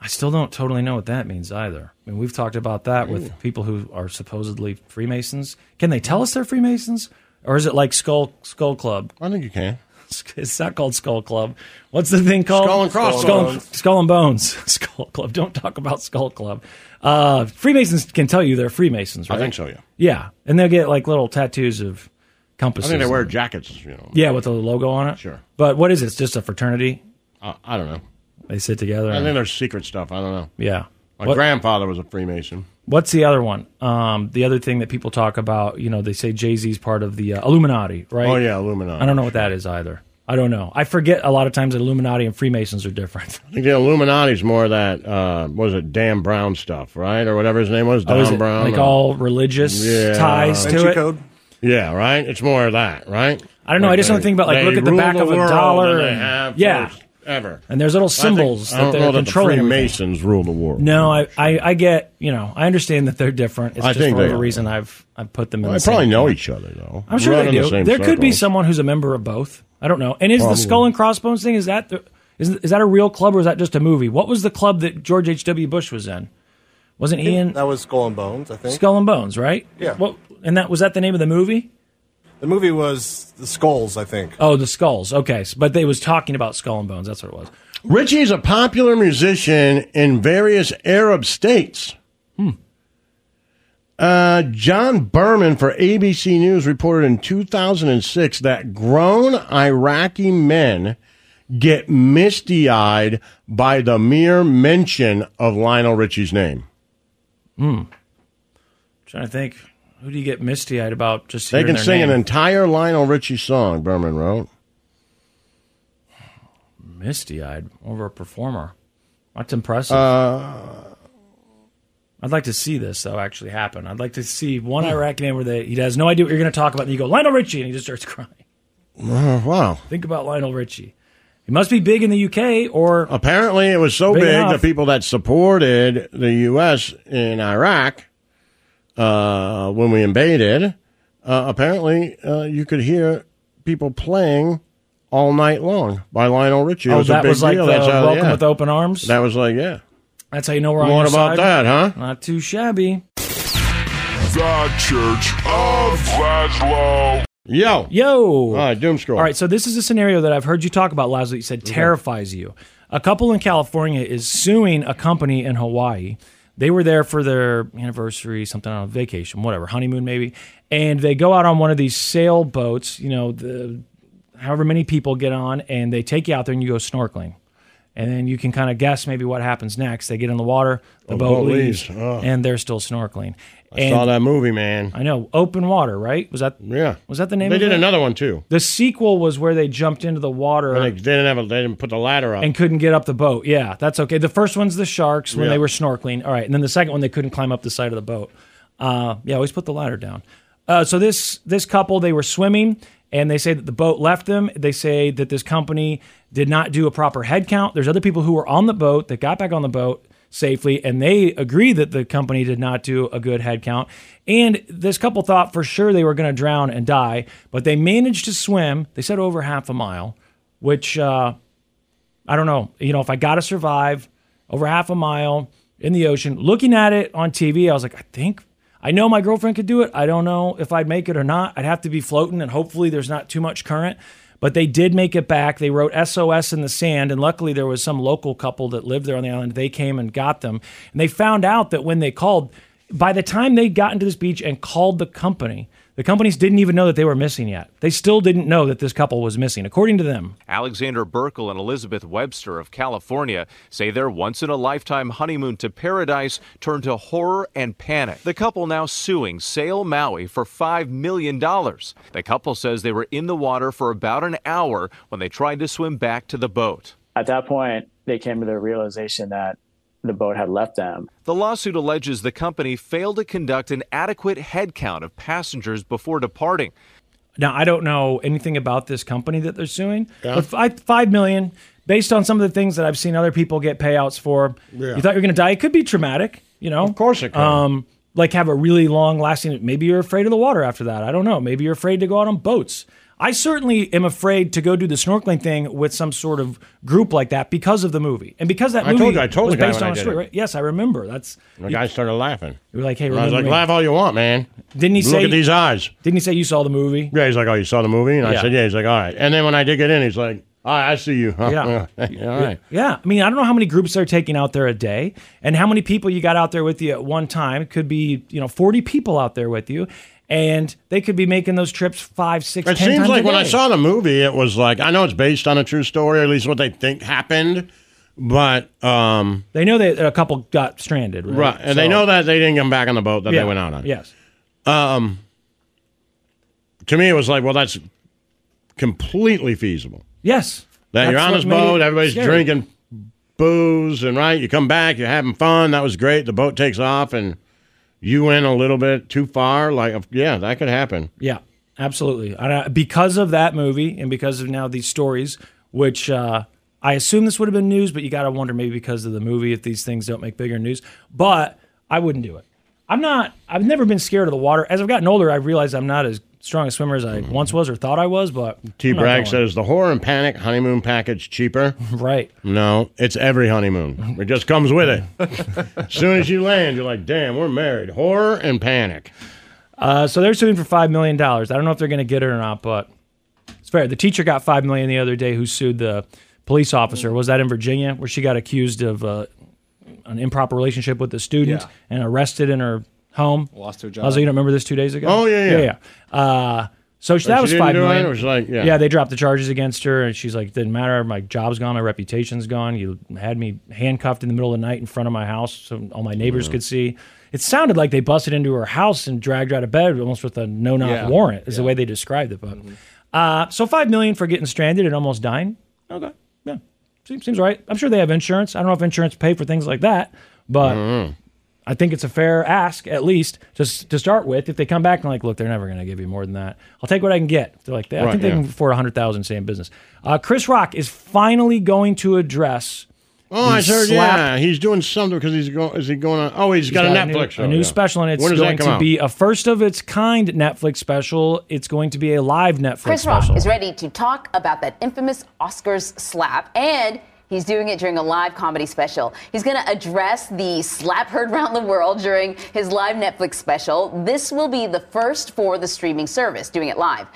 I still don't totally know what that means either. I mean, we've talked about that with people who are supposedly Freemasons. Can they tell us they're Freemasons, or is it like Skull Skull Club?
I think you can.
It's not called Skull Club. What's the thing called?
Skull and Crossbones.
Skull, and- Skull and Bones. Skull Club. Don't talk about Skull Club. Uh, Freemasons can tell you they're Freemasons,
I
right?
think so, yeah.
Yeah, and they'll get like little tattoos of
I
compasses.
think they wear
and-
jackets, you know.
Yeah, with the logo on it.
Sure.
But what is it? It's just a fraternity.
I, I don't know.
They sit together.
I
and-
think there's secret stuff. I don't know.
Yeah.
My
What-
grandfather was a Freemason.
What's the other one? Um, the other thing that people talk about, you know, they say Jay Z's part of the uh, Illuminati, right?
Oh, yeah, Illuminati,
I don't know what that is either. I don't know. I forget a lot of times that Illuminati and Freemasons are different.
I think the Illuminati's more that uh, what was it Dan Brown stuff, right, or whatever his name was,
Oh,
Dan
is it
Brown, uh,
like
or-
all religious ties to it?
Yeah, right. It's more of that, right?
I don't know. I just don't think about like
They
look at the
rule
back of a
world
dollar.
and they
and-
have
yeah,
first. ever.
And there's little symbols
I think- I
that
don't know
they're
that the
controlling. everything.
Freemasons rule the world.
No, I, I, I get you know I understand that they're different. It's
I
just
think
for
they
the
are.
reason I've I've put them in.
Well,
the
they probably
same
know
camp.
each other though.
I'm sure
Run
they
in the
do.
same
there could be
circles.
someone who's a member of both. I don't know. And is
Probably.
the Skull and Crossbones thing is that the, is is that a real club or is that just a movie? What was the club that George H. W. Bush was in? Wasn't he in
That was Skull and Bones, I think.
Skull and Bones? Right.
Yeah.
What and that was that the name of the movie?
the movie was The Skulls, I think.
Oh, the Skulls. Okay, S- but they was talking about Skull and Bones. That's what it was.
Richie is a popular musician in various Arab states. Hmm. Uh, John Berman for ABC News reported in 2006 that grown Iraqi men get misty eyed by the mere mention of Lionel Richie's name.
Hmm. trying to think. Who do you get misty eyed about? Just
They
hearing
can
their
sing
name?
an entire Lionel Richie song, Berman wrote.
misty eyed over a performer. That's impressive.
Uh,
I'd like to see this though actually happen. I'd like to see one
Hmm.
Iraqi man where they, he has no idea what you're going to talk about, and you go Lionel Richie, and he just starts crying.
Uh, wow.
Think about Lionel Richie. He must be big in the UK, or
apparently it was so
Big
big,
enough.
the people that supported the U.S. in Iraq uh, when we invaded, uh, apparently uh, you could hear people playing all night long by Lionel Richie. It
Oh,
was a
that
big
was like
deal.
the
That's how,
Welcome
yeah.
with Open Arms?
That was like yeah.
That's how you know we're on
What
your
about
side.
that, huh?
Not too shabby.
The Church of Laszlo.
Yo.
Yo. All
right, doom scroll.
All right, so this is a scenario that I've heard you talk about last week. You said terrifies you. A couple in California is suing a company in Hawaii. They were there for their anniversary, something on vacation, whatever, honeymoon maybe. And they go out on one of these sailboats, you know, the, however many people get on, and they take you out there and you go snorkeling. And then you can kind of guess maybe what happens next. They get in the water, the
Oh,
boat
boat
leaves,
leaves. Oh.
and they're still snorkeling.
I saw that movie, man.
I know. Open Water, right? Was that
yeah?
Was that the name?
They
of
did
it?
another one too.
The sequel was where they jumped into the water
They didn't have a, they didn't put the ladder up.
and couldn't get up the boat. Yeah, that's okay. The first one's the sharks when
Yeah.
they were snorkeling. All right, and then the second one they couldn't climb up the side of the boat. Uh, yeah, always put the ladder down. Uh, so this this couple they were swimming and they say that the boat left them. They say that this company did not do a proper head count. There's other people who were on the boat that got back on the boat safely and they agree that the company did not do a good head count and this couple thought for sure they were going to drown and die but they managed to swim they said over half a mile which uh, I don't know. You know, if I got to survive over half a mile in the ocean, looking at it on TV, I was like, I think I know my girlfriend could do it. I don't know if I'd make it or not. I'd have to be floating, and hopefully there's not too much current. But they did make it back. They wrote SOS in the sand, and luckily there was some local couple that lived there on the island. They came and got them, and they found out that when they called, by the time they got into this beach and called the company, the companies didn't even know that they were missing yet. They still didn't know that this couple was missing, according to them.
Alexander Burkle and Elizabeth Webster of California say their once in a lifetime honeymoon to paradise turned to horror and panic. The couple now suing Sail Maui for $5 million. The couple says they were in the water for about an hour when they tried to swim back to the boat.
At that point, they came to the realization that the boat had left them.
The lawsuit alleges the company failed to conduct an adequate head count of passengers before departing.
Now I don't know anything about this company that they're suing,
Yeah.
but five, five million, based on some of the things that I've seen other people get payouts for.
Yeah.
You thought you were going to die. It could be traumatic, you know. Of course it could. Um, like have a really long lasting. Maybe you're afraid of the water after that. I don't know. Maybe you're afraid to go out on boats. I certainly am afraid to go do the snorkeling thing with some sort of group like that because of the movie and because that
I
movie
told you, I told
was
the guy
based on
when I
a
did
story.
it.
Right? Yes, I remember. That's
And the guy started laughing.
you were like, hey,
And I was
remember
like,
me.
laugh all you want, man.
Didn't he
Look
say-
at these eyes?
Didn't he say you saw the movie?
Yeah, he's like, oh, you saw the movie, and
Yeah.
I said, yeah. He's like, all right. And then when I did get in, he's like, all right, I see you.
Yeah.
all right.
Yeah. I mean, I don't know how many groups they're taking out there a day and how many people you got out there with you at one time. It could be, you know, 40 people out there with you. And they could be making those trips five, six,
It
10
seems
times
like
a
when I
day.
saw the movie, it was like I know it's based on a true story, or at least what they think happened, but um,
They know that a couple got stranded, right?
right, and they
So-
know that they didn't come back on the boat that
Yeah.
they went out on.
Yes.
Um, to me, it was like, well, that's completely feasible.
Yes.
That you're
That's
on
what
this
made
boat,
it
everybody's
scary.
drinking booze, and right, you come back, you're having fun. That was great. The boat takes off, and you went a little bit too far. Like, yeah, that could happen.
Yeah, absolutely. And I, because of that movie and because of now these stories, which uh, I assume this would have been news, but you got to wonder maybe because of the movie if these things don't make bigger news. But I wouldn't do it. I'm not. I've never been scared of the water. As I've gotten older, I realized I'm not as strong a swimmer as I once was or thought I was. But
T
I'm not
Bragg
going.
says the horror and panic honeymoon package cheaper.
Right.
No, it's every honeymoon. It just comes with it. as soon as you land, you're like, damn, we're married. Horror and panic.
Uh, so they're suing for five million dollars. I don't know if they're going to get it or not, but it's fair. The teacher got five million the other day who sued the police officer. Was that in Virginia where she got accused of uh, an improper relationship with the student
Yeah.
and arrested in her home?
Lost her
Also, you
job.
don't remember this two days ago?
Oh, yeah, yeah.
Uh, so she,
Like,
that
she
was
didn't
five
do it,
million.
or she's like, yeah.
yeah, they dropped the charges against her, and she's like, "Didn't matter. My job's gone. My reputation's gone. You had me handcuffed in the middle of the night in front of my house, so all my neighbors
Yeah.
could see." It sounded like they busted into her house and dragged her out of bed, almost with a no-knock
Yeah. Mm-hmm.
warrant, is the way they described it. But uh, so five million for getting stranded and almost dying. Okay, yeah, seems, seems right. I'm sure they have insurance. I don't know if insurance paid for things like that, but I think it's a fair ask, at least just to start with. If they come back and like, look, they're never going to give you more than that. I'll take what I can get. If They're like, I
Right,
think they
yeah.
can afford a hundred thousand, stay in business. Uh, Chris Rock is finally going to address.
Oh,
the
I heard.
slap-
Yeah, he's doing something because he's going. Is he going on? Oh, he's got, a
new-
Netflix show.
a new
yeah.
special, and it's
when does
going
that come
to
out?
be a first of its kind Netflix special. It's going to be a live Netflix
Chris Rock
special.
is ready to talk about that infamous Oscars slap, and he's doing it during a live comedy special. He's going to address the slap heard around the world during his live Netflix special. This will be the first for the streaming service doing it live.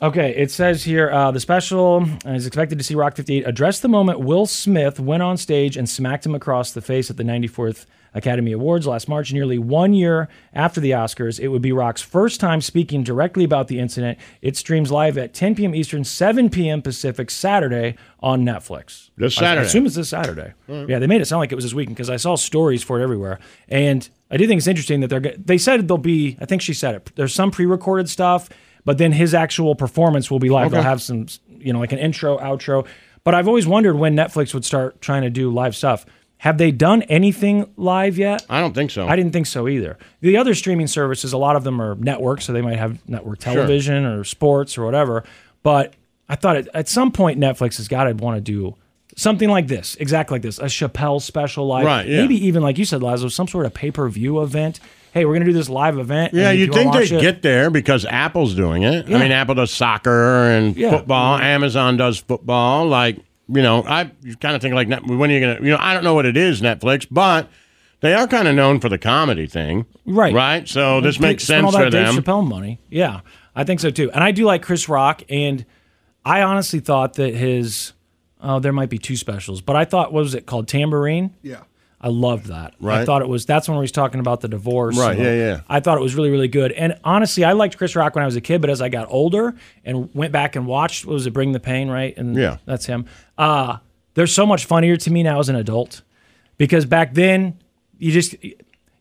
Okay, it says here uh, the special is expected to see Rock 58 address the moment Will Smith went on stage and smacked him across the face at the 94th Academy Awards last March, nearly one year after the Oscars. It would be Rock's first time speaking directly about the incident. It streams live at 10 p.m. Eastern, 7 p.m. Pacific, Saturday on Netflix.
This
I- I
Saturday.
assume it's this Saturday.
All right.
Yeah, they made it sound like it was this weekend because I saw stories for it everywhere. And I do think it's interesting that they're go- they said there'll be I think she said it. There's some pre-recorded stuff, but then his actual performance will be live.
Okay.
They'll have some you know like an intro, outro. But I've always wondered when Netflix would start trying to do live stuff. Have they done anything live yet?
I don't think so.
I didn't think so either. The other streaming services, a lot of them are networks, so they might have network
Sure.
television or sports or whatever. But I thought at, at some point Netflix has got to want to do something like this, exactly like this, a Chappelle special live,
Right, yeah.
maybe even like you said, Lazo, some sort of pay per view event. Hey, we're gonna do this live event.
Yeah,
and if
you
wanna
think they
watch it-
get there because Apple's doing it.
Yeah.
I mean, Apple does soccer and
Yeah.
football. Amazon does football. Like you know, I kind of think like Net- when are you gonna? You know, I don't know what it is Netflix, but they are kind of known for the comedy thing,
Right.
Right. So this
They
makes
spend
sense
all that
for
Dave
them.
Chappelle money. Yeah, I think so too. And I do like Chris Rock, and I honestly thought that his oh, there might be two specials, but I thought what was it called Tambourine?
Yeah.
I loved that. I
Right.
thought it was that's when he was talking about the divorce.
Right,
and
yeah, yeah.
I thought it was really, really good. And honestly, I liked Chris Rock when I was a kid, but as I got older and went back and watched, what was it, Bring the Pain, right? And
Yeah.
that's him. Uh, they're so much funnier to me now as an adult because back then you just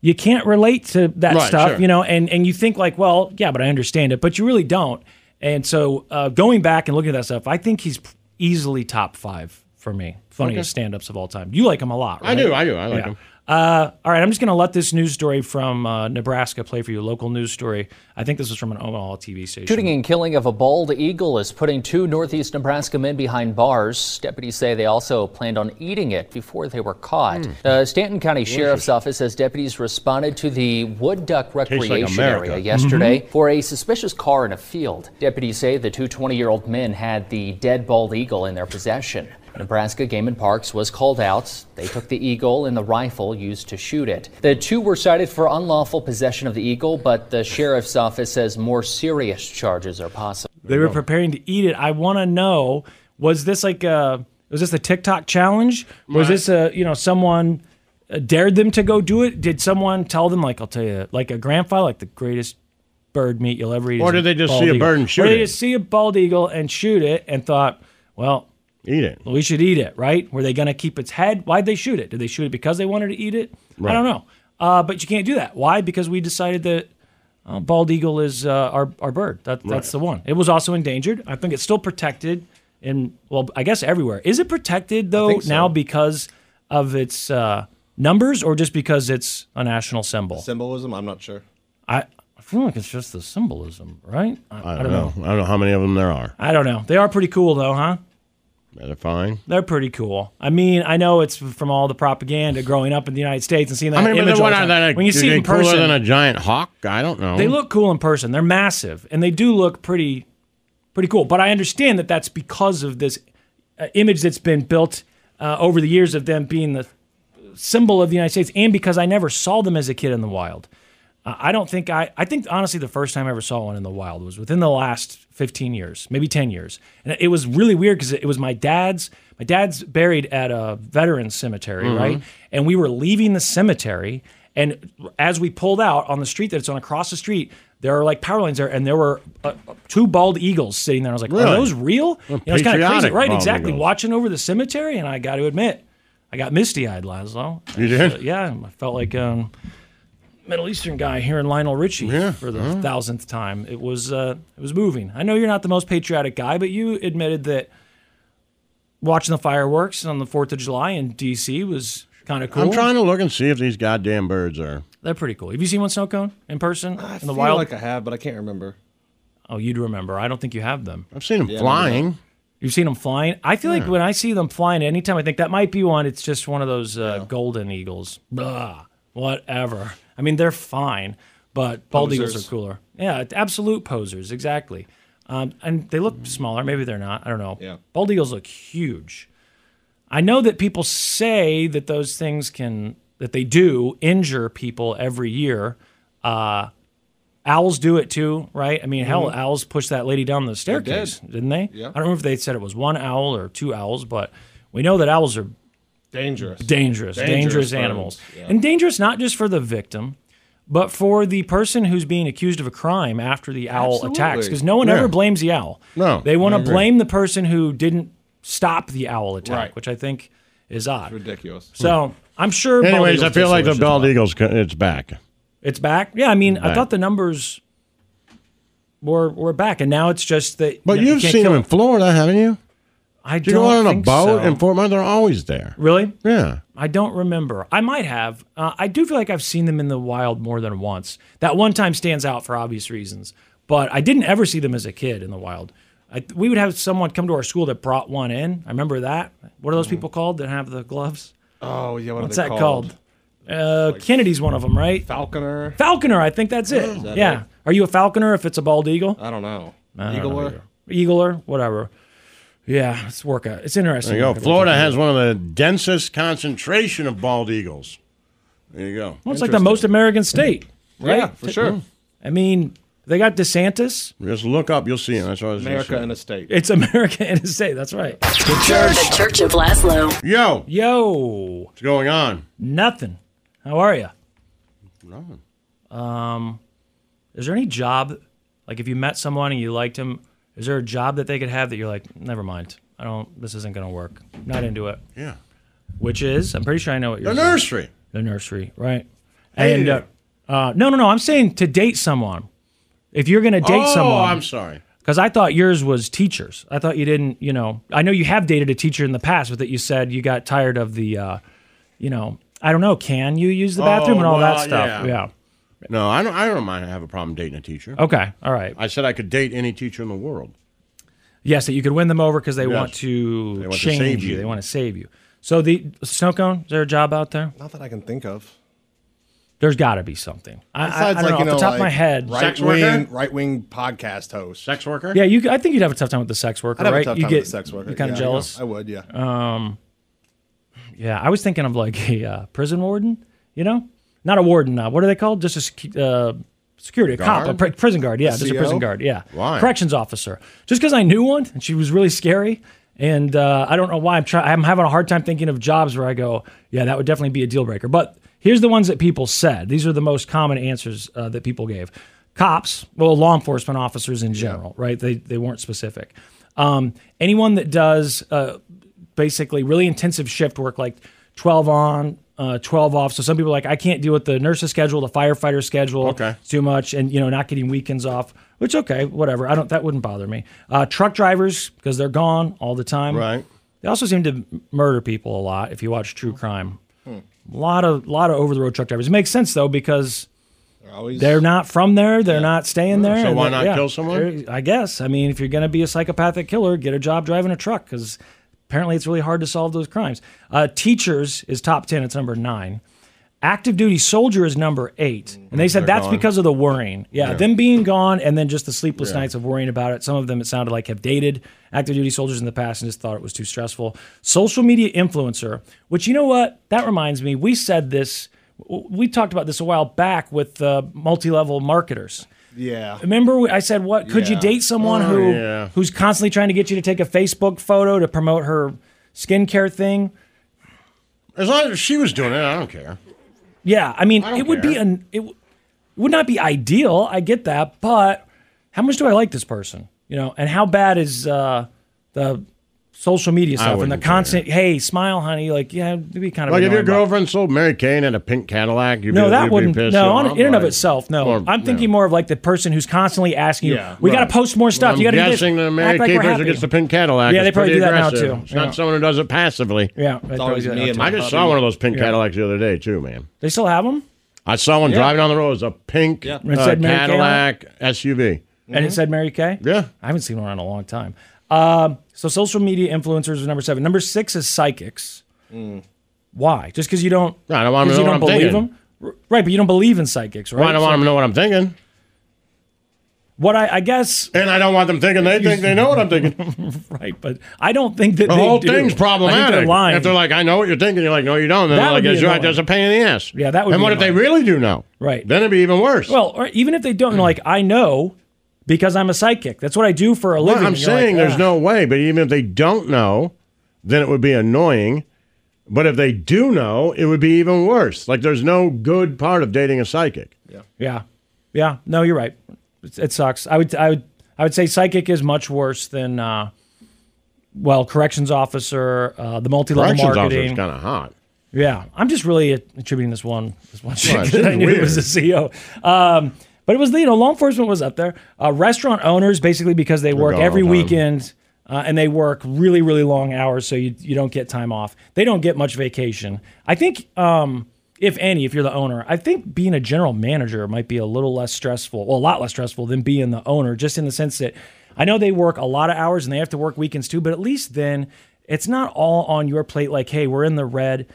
you can't relate to that
Right,
stuff,
sure.
you know, and and you think like, well, yeah, but I understand it, but you really don't. And so uh, going back and looking at that stuff, I think he's easily top five for me, funniest
Okay.
stand-ups of all time. You like him a lot,
I
right?
do, I do, I like him.
Uh, all right, I'm just going to let this news story from uh, Nebraska play for you, a local news story. I think this was from an Omaha TV station.
Shooting and killing of a bald eagle is putting two Northeast Nebraska men behind bars. Deputies say they also planned on eating it before they were caught.
Hmm.
The Stanton County Sheriff's Office says deputies responded to the Wood Duck
like
Recreation
America.
Area
Mm-hmm.
yesterday
Mhm.
for a suspicious car in a field. Deputies say the two 20 year old men had the dead bald eagle in their possession. Nebraska Game and Parks was called out. They took the eagle and the rifle used to shoot it. The two were cited for unlawful possession of the eagle, but the sheriff's office says more serious charges are possible.
They were preparing to eat it. I want to know was this like a was this a TikTok challenge? Was
Right.
this a you know someone uh, dared them to go do it? Did someone tell them like I'll tell you like a grandpa like the greatest bird meat you'll ever eat?
Or
is
did they just
bald
see a
eagle.
bird and shoot
Or they
it?
just see a bald eagle and shoot it and thought, well,
eat it.
We should eat it, right? Were they going to keep its head? Why'd they shoot it? Did they shoot it because they wanted to eat it? I
Right.
don't know. Uh, but you can't do that. Why? Because we decided that uh, bald eagle is uh, our our bird. That,
Right.
That's the one. It was also endangered. I think it's still protected in well, I guess everywhere. Is it protected though
think so.
now because of its uh, numbers or just because it's a national symbol?
Symbolism? I'm not sure.
I, I feel like it's just the symbolism, right? I,
I don't know. I don't know how many of them there are.
I don't know. They are pretty cool though, huh?
Yeah, they're fine.
They're pretty cool. I mean, I know it's from all the propaganda growing up in the United States and seeing that
I mean, but
image
they're
all the
what
time.
are they?
when you
Are
see
they
it in person,
cooler than a giant hawk. I don't know.
They look cool in person. They're massive, and they do look pretty, pretty cool. But I understand that that's because of this uh, image that's been built uh, over the years of them being the symbol of the United States, and because I never saw them as a kid in the wild. Uh, I don't think I. I think honestly, the first time I ever saw one in the wild was within the last fifteen years, maybe ten years, and it was really weird because it was my dad's. My dad's buried at a veterans cemetery,
Mhm.
right? and we were leaving the cemetery. And as we pulled out on the street that's on across the street, there are like power lines there, and there were uh, uh, two bald eagles sitting there. I was like,
Really?
"Are those real?"
Well,
You know, it's kind of crazy,
patriotic
right?
bald
Exactly.
eagles.
Watching over the cemetery, and I got to admit, I got misty-eyed, Laszlo.
You did?
Uh, yeah, I felt like um, Middle Eastern guy hearing Lionel Richie for the
uh-huh.
thousandth time. It was uh, it was moving. I know you're not the most patriotic guy, but you admitted that watching the fireworks on the Fourth of July in D.C. was kind of cool.
I'm trying to look and see if these goddamn birds are.
They're pretty cool. Have you seen one snow cone in person in the
feel
wild?
like
I have, but I can't remember. Oh, you'd remember. I don't think you have them.
I've seen them
Yeah, maybe not. flying.
You've seen them flying. I feel like
Yeah.
when I see them flying, anytime I think that might be one. It's just one of those uh, golden eagles. Blah. Whatever. I mean, they're fine, but bald eagles
Posers.
are cooler. Yeah, absolute posers. Exactly. Um, and they look smaller. Maybe they're not. I don't know. Yeah. Bald eagles look huge. I know that people say that those things can that they do injure people every year. Uh, owls do it too, right? I mean, hell,
Mhm.
owls pushed that lady down the staircase,
did.
did. not they?
Yeah.
I don't remember if they said it was one owl or two owls, but we know that owls are
Dangerous.
dangerous, dangerous,
Dangerous
animals,
birds, yeah.
and dangerous not just for the victim. But for the person who's being accused of a crime after the owl attacks,
Absolutely.
because no one
Yeah.
ever blames the owl.
No,
They want
I
to
agree.
blame the person who didn't stop the owl attack,
Right.
which I think is odd.
ridiculous.
So I'm sure. bald
Hmm. Anyways, I
eagles
feel
taste
like the
delicious.
bald eagles. co- It's back.
It's back. Yeah, I mean, I
Back.
thought the numbers were were back, and now it's just that.
But
you know, you
you've
can't
seen
kill
them in Florida, haven't you?
I
Do you go
don't
out on a
think
boat
so.
in Fort Myers? They're always there.
Really?
Yeah.
I don't remember. I might have. Uh, I do feel like I've seen them in the wild more than once. That one time stands out for obvious reasons, but I didn't ever see them as a kid in the wild. I, we would have someone come to our school that brought one in. I remember that. What are those people called that have the gloves?
Mm-hmm. Oh yeah, what
What's
are
that
they
called? Uh, Kennedy's one of them, right?
Falconer.
Falconer, I think that's it.
Is that
yeah.
it?
Are you a falconer if it's a bald eagle?
I don't know.
I don't know
Eagler.
either. Eagler, whatever. Yeah, it's workout. It's interesting.
There you go.
workout.
Florida has one of the densest concentration of bald eagles. There you go.
Well, it's like the most American state, right?
Yeah, for sure.
I mean, they got DeSantis.
Just look up. You'll see him. That's what I was gonna say.
a state.
It's America in a state. That's right.
The church. The
Church of Laszlo.
Yo.
Yo. What's
going on?
Nothing. How are you?
Nothing.
Um, is there any job, like if you met someone and you liked him, is there a job that they could have that you're like, never mind, I don't, this isn't going to work, not into it.
Yeah.
Which is, I'm pretty sure I know what you're.
The nursery.
The nursery, right?
Hey.
And uh, uh, no, no, no, I'm saying to date someone. If you're going to date
oh,
someone,
I'm sorry.
Because I thought yours was teachers. I thought you didn't, you know, I know you have dated a teacher in the past, but that you said you got tired of the, uh, you know, I don't know, can you use the bathroom
Oh,
and all
well,
that stuff? Yeah.
No, I don't. I don't mind. I have a problem dating a teacher.
Okay, all right.
I said I could date any teacher in the world.
Yes, that you could win them over because they
Yes.
want to
They want to
change
save
you.
you.
They want to save you. So the snow cone, is there a job out there?
Not that I can think of.
There's got to be something. I, I, I
Besides,
don't know,
like you
off
know,
the top of my
like,
head,
right wing, right wing podcast host,
sex worker.
Yeah, you. I think you'd have a tough time with the sex worker,
I'd have a
right?
tough
you
time with the sex worker.
You're kind
Yeah,
of
I
jealous.
know. I would, yeah.
Um, yeah, I was thinking of like a uh, prison warden. You know, not a warden. Uh, what are they called? Just a sec- uh, security, a cop,
Guard?
a pri- prison guard. Yeah, just a
SEO?
prison guard. Yeah,
Why?
corrections officer. Just because I knew one and she was really scary. And uh, I don't know why I'm trying. I'm having a hard time thinking of jobs where I go, yeah, that would definitely be a deal breaker. But here's the ones that people said. These are the most common answers uh, that people gave. Cops, well, law enforcement officers in general, right? They they weren't specific. Um, anyone that does uh, basically really intensive shift work, like 12 on, uh, 12 off. So some people are like, I can't deal with the nurse's schedule, the firefighter schedule. Okay. Too much. And, you know, not getting weekends off, which, okay, whatever. I don't, that wouldn't bother me. Uh, truck drivers, because they're gone all the time. Right. They also seem to murder people a lot if you watch true crime.
Hmm.
A lot of, lot of over the road truck drivers. It makes sense, though, because
They're always
they're not from there. They're not staying there.
So
and
why
they're-
not kill someone?
They're- I guess. I mean, if you're going to be a psychopathic killer, get a job driving a truck because Apparently, it's really hard to solve those crimes. Uh, teachers is top 10, it's number nine. Active duty soldier is number eight. And
Mm-hmm.
they said
They're
that's
gone.
because of the worrying. Yeah,
Yeah.
them being gone and then just the sleepless
Yeah.
nights of worrying about it. Some of them, it sounded like, have dated active duty soldiers in the past and just thought it was too stressful. Social media influencer, which you know what? That reminds me, we said this, w- we talked about this a while back with uh, multi level marketers.
Yeah.
Remember, we- I said, "What could you
Yeah.
date someone
Oh,
who
yeah.
who's constantly trying to get you to take a Facebook photo to promote her skincare thing?"
As long as she was doing it, I don't care.
Yeah, I mean,
don't
it would be
care.
an it, w- it would not be ideal. I get that, but how much do I like this person? You know, and how bad is uh, the social media
I
stuff and the
wouldn't
constant "Hey, smile, honey"? Like, yeah, it'd be kind of
Like if your
annoying, but-
girlfriend sold Mary Kane and a pink Cadillac, you'd
no,
be,
that
you'd
wouldn't.
Be pissed
No,
off.
on, in and of
Like,
itself, no.
or-
I'm thinking more of like the person who's constantly asking you,
Yeah,
"We got
right.
to post more stuff.
I'm
you got to do this."
guessing the Mary
Act like
Kay
we're
person
happy.
gets the pink Cadillac.
Yeah,
is
they probably
pretty
do that now,
aggressive.
too.
It's
Yeah.
not someone who does it passively.
Yeah, they It's always probably do that me now, and too. my
I just
puppy.
saw one of those pink
Yeah.
Cadillacs the other day too, man.
They still have them,
I saw one
Yeah.
driving down the road. It was a pink
Yeah. Mm-hmm.
uh,
It said Mary Kay on it?
Cadillac SUV.
and it said Mary Kay.
Mm-hmm. Yeah,
I haven't seen one in a long time. Um, so social media influencers are number seven. Number six is psychics. Mm. Why? Just because you don't?
I don't want
'cause
them
you don't
to know what I'm
believe
thinking.
them, right? But you don't believe in psychics, right?
Well, I don't want
So-
them to know what I'm thinking.
What I, I guess,
and I don't want them thinking they think they know what I'm thinking.
right, but I don't think that
the
they
whole
do. I
thing's
think they're
problematic.
lying.
If they're like, I know what you're thinking, you're like, no, you don't. Then
That
they're like,
would be
that's right,
annoying.
that's a pain in the ass.
Yeah, that would
And
be
what if they really do know?
Right.
Then it'd be even worse.
Well, or even if they don't, they're like I know because I'm a psychic. That's what I do for a
Well,
living.
I'm
And you're like,
saying
"Ah."
there's no way, but even if they don't know, then it would be annoying. But if they do know, it would be even worse. Like there's no good part of dating a psychic.
Yeah, yeah. No, you're right. It, it sucks. I would, I would, I would say psychic is much worse than, uh, well, corrections officer, uh, the multi-level
Corrections officer
marketing.
is kind of hot.
Yeah, I'm just really attributing this one this one chick
it's
that I
just
knew was the
weird.
CEO. Um, but it was you know law enforcement was up there. Uh, restaurant owners basically because they work
gone all
every
the time.
weekend uh, and they work really really long hours, so you you don't get time off. They don't get much vacation. I think um, if any, if you're the owner, I think being a general manager might be a little less stressful, well a lot less stressful than being the owner, just in the sense that I know they work a lot of hours and they have to work weekends too, but at least then. It's not all on your plate like, hey, we're in the red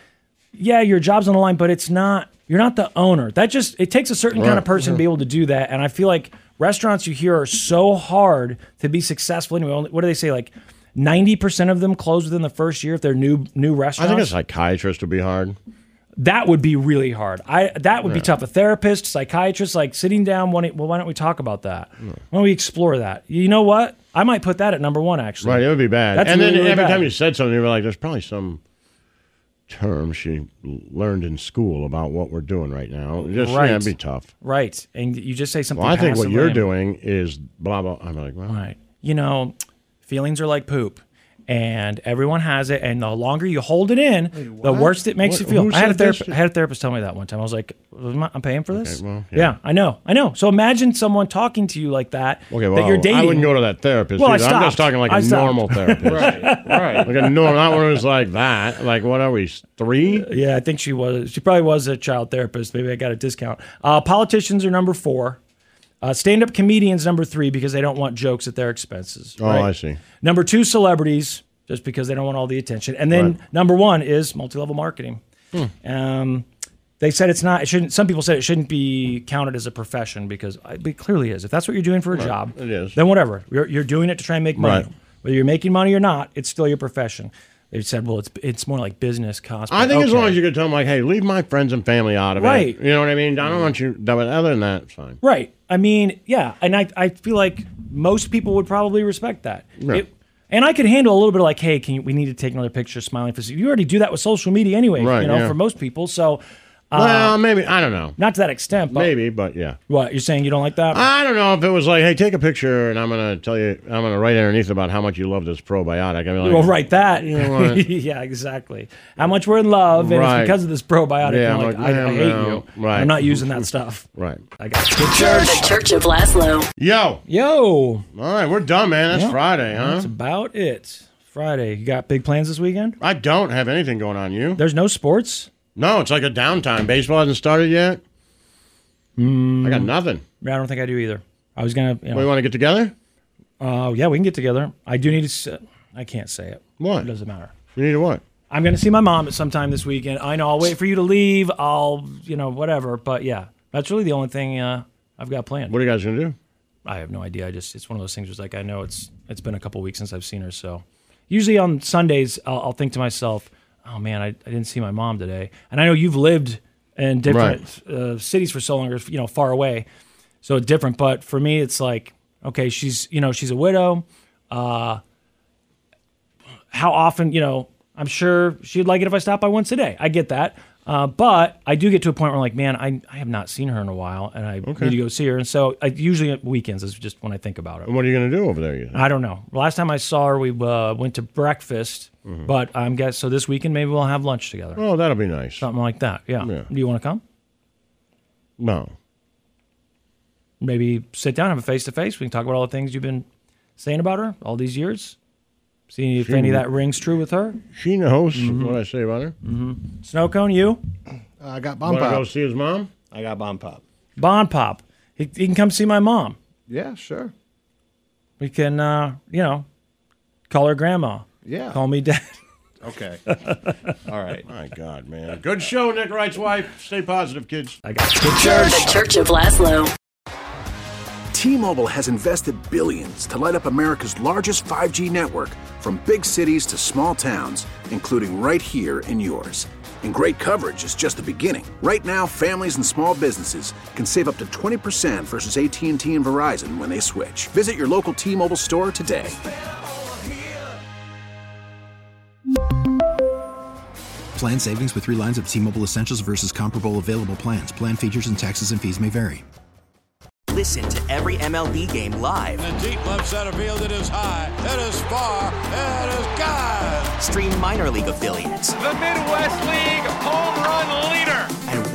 yeah, your job's on the line, but it's not. You're not the owner. That just it takes a certain kind of
Right.
person to be
Mhm.
able to do that. And I feel like restaurants you hear are so hard to be successful. Anyway, only- what do they say? Like ninety percent of them close within the first year if they're new new
I
restaurants.
think a psychiatrist would be hard.
that would be really hard. I that would be
Yeah.
tough. A therapist, psychiatrist, like sitting down. One, well, why don't we talk about that? Why don't we explore that? You know what? I might put that at number one. Actually,
Right, it would be bad.
That's
and then
really, really
every
bad.
time you said something, you were like, "There's probably some term she learned in school about what we're doing right now." Just yeah,
Right.
it'd be tough.
right? And you just say something.
Well, I think what
passively
you're
and-
doing is blah blah. I'm like, well,
right. you know, feelings are like poop. And everyone has it, and the longer you hold it in, the
what?
worse it makes
What-
you feel.
who
I had, a
said this
therapist,
to-
I had a therapist tell me that one time. I was like, "Am I- "I'm paying for this."
well,
yeah. I know, I know. So imagine someone talking to you like that.
Okay, well,
that you're dating.
I wouldn't go to that therapist.
Well, I
either. I'm
stopped.
just talking like a
I stopped.
normal therapist. right, right. Like a normal, not one who's like that. Like, what are we, three?
Yeah, I think she was. She probably was a child therapist. Maybe I got a discount. Uh, politicians are number four. Uh, stand-up comedians number three because they don't want jokes at their expenses.
Oh,
right?
I see.
Number two, celebrities, just because they don't want all the attention. And then number one is multi-level marketing.
Hmm.
Um, they said it's not. It shouldn't. Some people said it shouldn't be counted as a profession because I- but it clearly is. If that's what you're doing for a
Right.
job,
It is.
Then whatever you're, you're doing it to try and make money.
Right.
Whether you're making money or not, it's still your profession. They said, well, it's it's more like business cost.
I think as
Okay.
long as you could tell them, like, hey, leave my friends and family out of
Right.
it. You know what I mean? I don't want you, but other than that, it's fine.
Right. I mean, yeah, and I, I feel like most people would probably respect that.
Yeah.
It- and I could handle a little bit of like, hey, can you, we need to take another picture, smiling face. You already do that with social media anyway,
Right,
you know,
yeah.
for most people. So, uh,
well, maybe, I don't know.
not to that extent, but
Maybe, but yeah.
what you're saying, you don't like that?
I don't know if it was like, hey, take a picture and I'm going to tell you, I'm going to write underneath about how much you love this probiotic. I mean, like,
well, right, that.
You know what?
yeah, exactly. How much we're in love, and
Right.
it's because of this probiotic. and
Yeah,
I'm
I'm
like,
like,
I, I
man,
hate
no.
you.
Right.
I'm not using that stuff.
Right.
I got
The Church of Laszlo.
Yo.
Yo. All
right, we're done, man. That's
Yeah.
Friday, huh?
That's about it. Friday. You got big plans this weekend?
I don't have anything going on. You?
There's no sports.
No, it's like a downtime. Baseball hasn't started yet. I got nothing.
Yeah, Hmm. I don't think I do either. I was gonna. You know,
We want to get together.
Uh, yeah, we can get together. I do need to. s- I can't say it.
What?
It doesn't matter.
You need a what?
I'm going to see my mom at some time this weekend. I know I'll wait for you to leave. I'll, you know, whatever. But yeah, that's really the only thing uh, I've got planned.
What are you guys going to do?
I have no idea. I just it's one of those things. Where it's like I know it's it's been a couple weeks since I've seen her. So usually on Sundays I'll, I'll think to myself, oh man, I, I didn't see my mom today. And I know you've lived in different uh, cities for so long, or you know, far away, so it's different. But for me, it's like okay, she's you know she's a widow. Uh, how often, you know, I'm sure she'd like it if I stopped by once a day. I get that. Uh, but I do get to a point where I'm like, man, I, I have not seen her in a while and I
Okay.
need to go see her. And so I usually at weekends is just when I think about it.
What are you going to do over there? You think?
I don't know. Last time I saw her, we uh, went to breakfast,
Mhm.
but I'm guess so this weekend maybe we'll have lunch together.
Oh, that'll be nice.
Something like that. Yeah. Do you want to come?
No.
Maybe sit down, have a face to face. We can talk about all the things you've been saying about her all these years. See if
She-
any of that rings true with her.
She knows what I say about her.
Mm-hmm. Snow cone, you.
I got bomb
Want to
pop.
go see his mom?
I got bomb pop.
Bon Pop. He, he can come see my mom.
Yeah, sure.
We can, uh, you know, call her grandma.
Yeah.
Call me dad.
Okay.
All right. My God, man. Good show, Nick Wright's wife. Stay positive, kids.
I got
the
The Church of Laszlo.
T-Mobile has invested billions to light up America's largest 5G network from big cities to small towns, including right here in yours. And great coverage is just the beginning. Right now, families and small businesses can save up to 20% versus AT&T and Verizon when they switch. Visit your local T-Mobile store today.
Plan savings with three lines of T Mobile Essentials versus comparable available plans. Plan features and taxes and fees may vary.
Listen to every MLB game live.
The deep left center field, it is high, it is far, it is God.
Stream minor league affiliates
The Midwest League home run leader.
and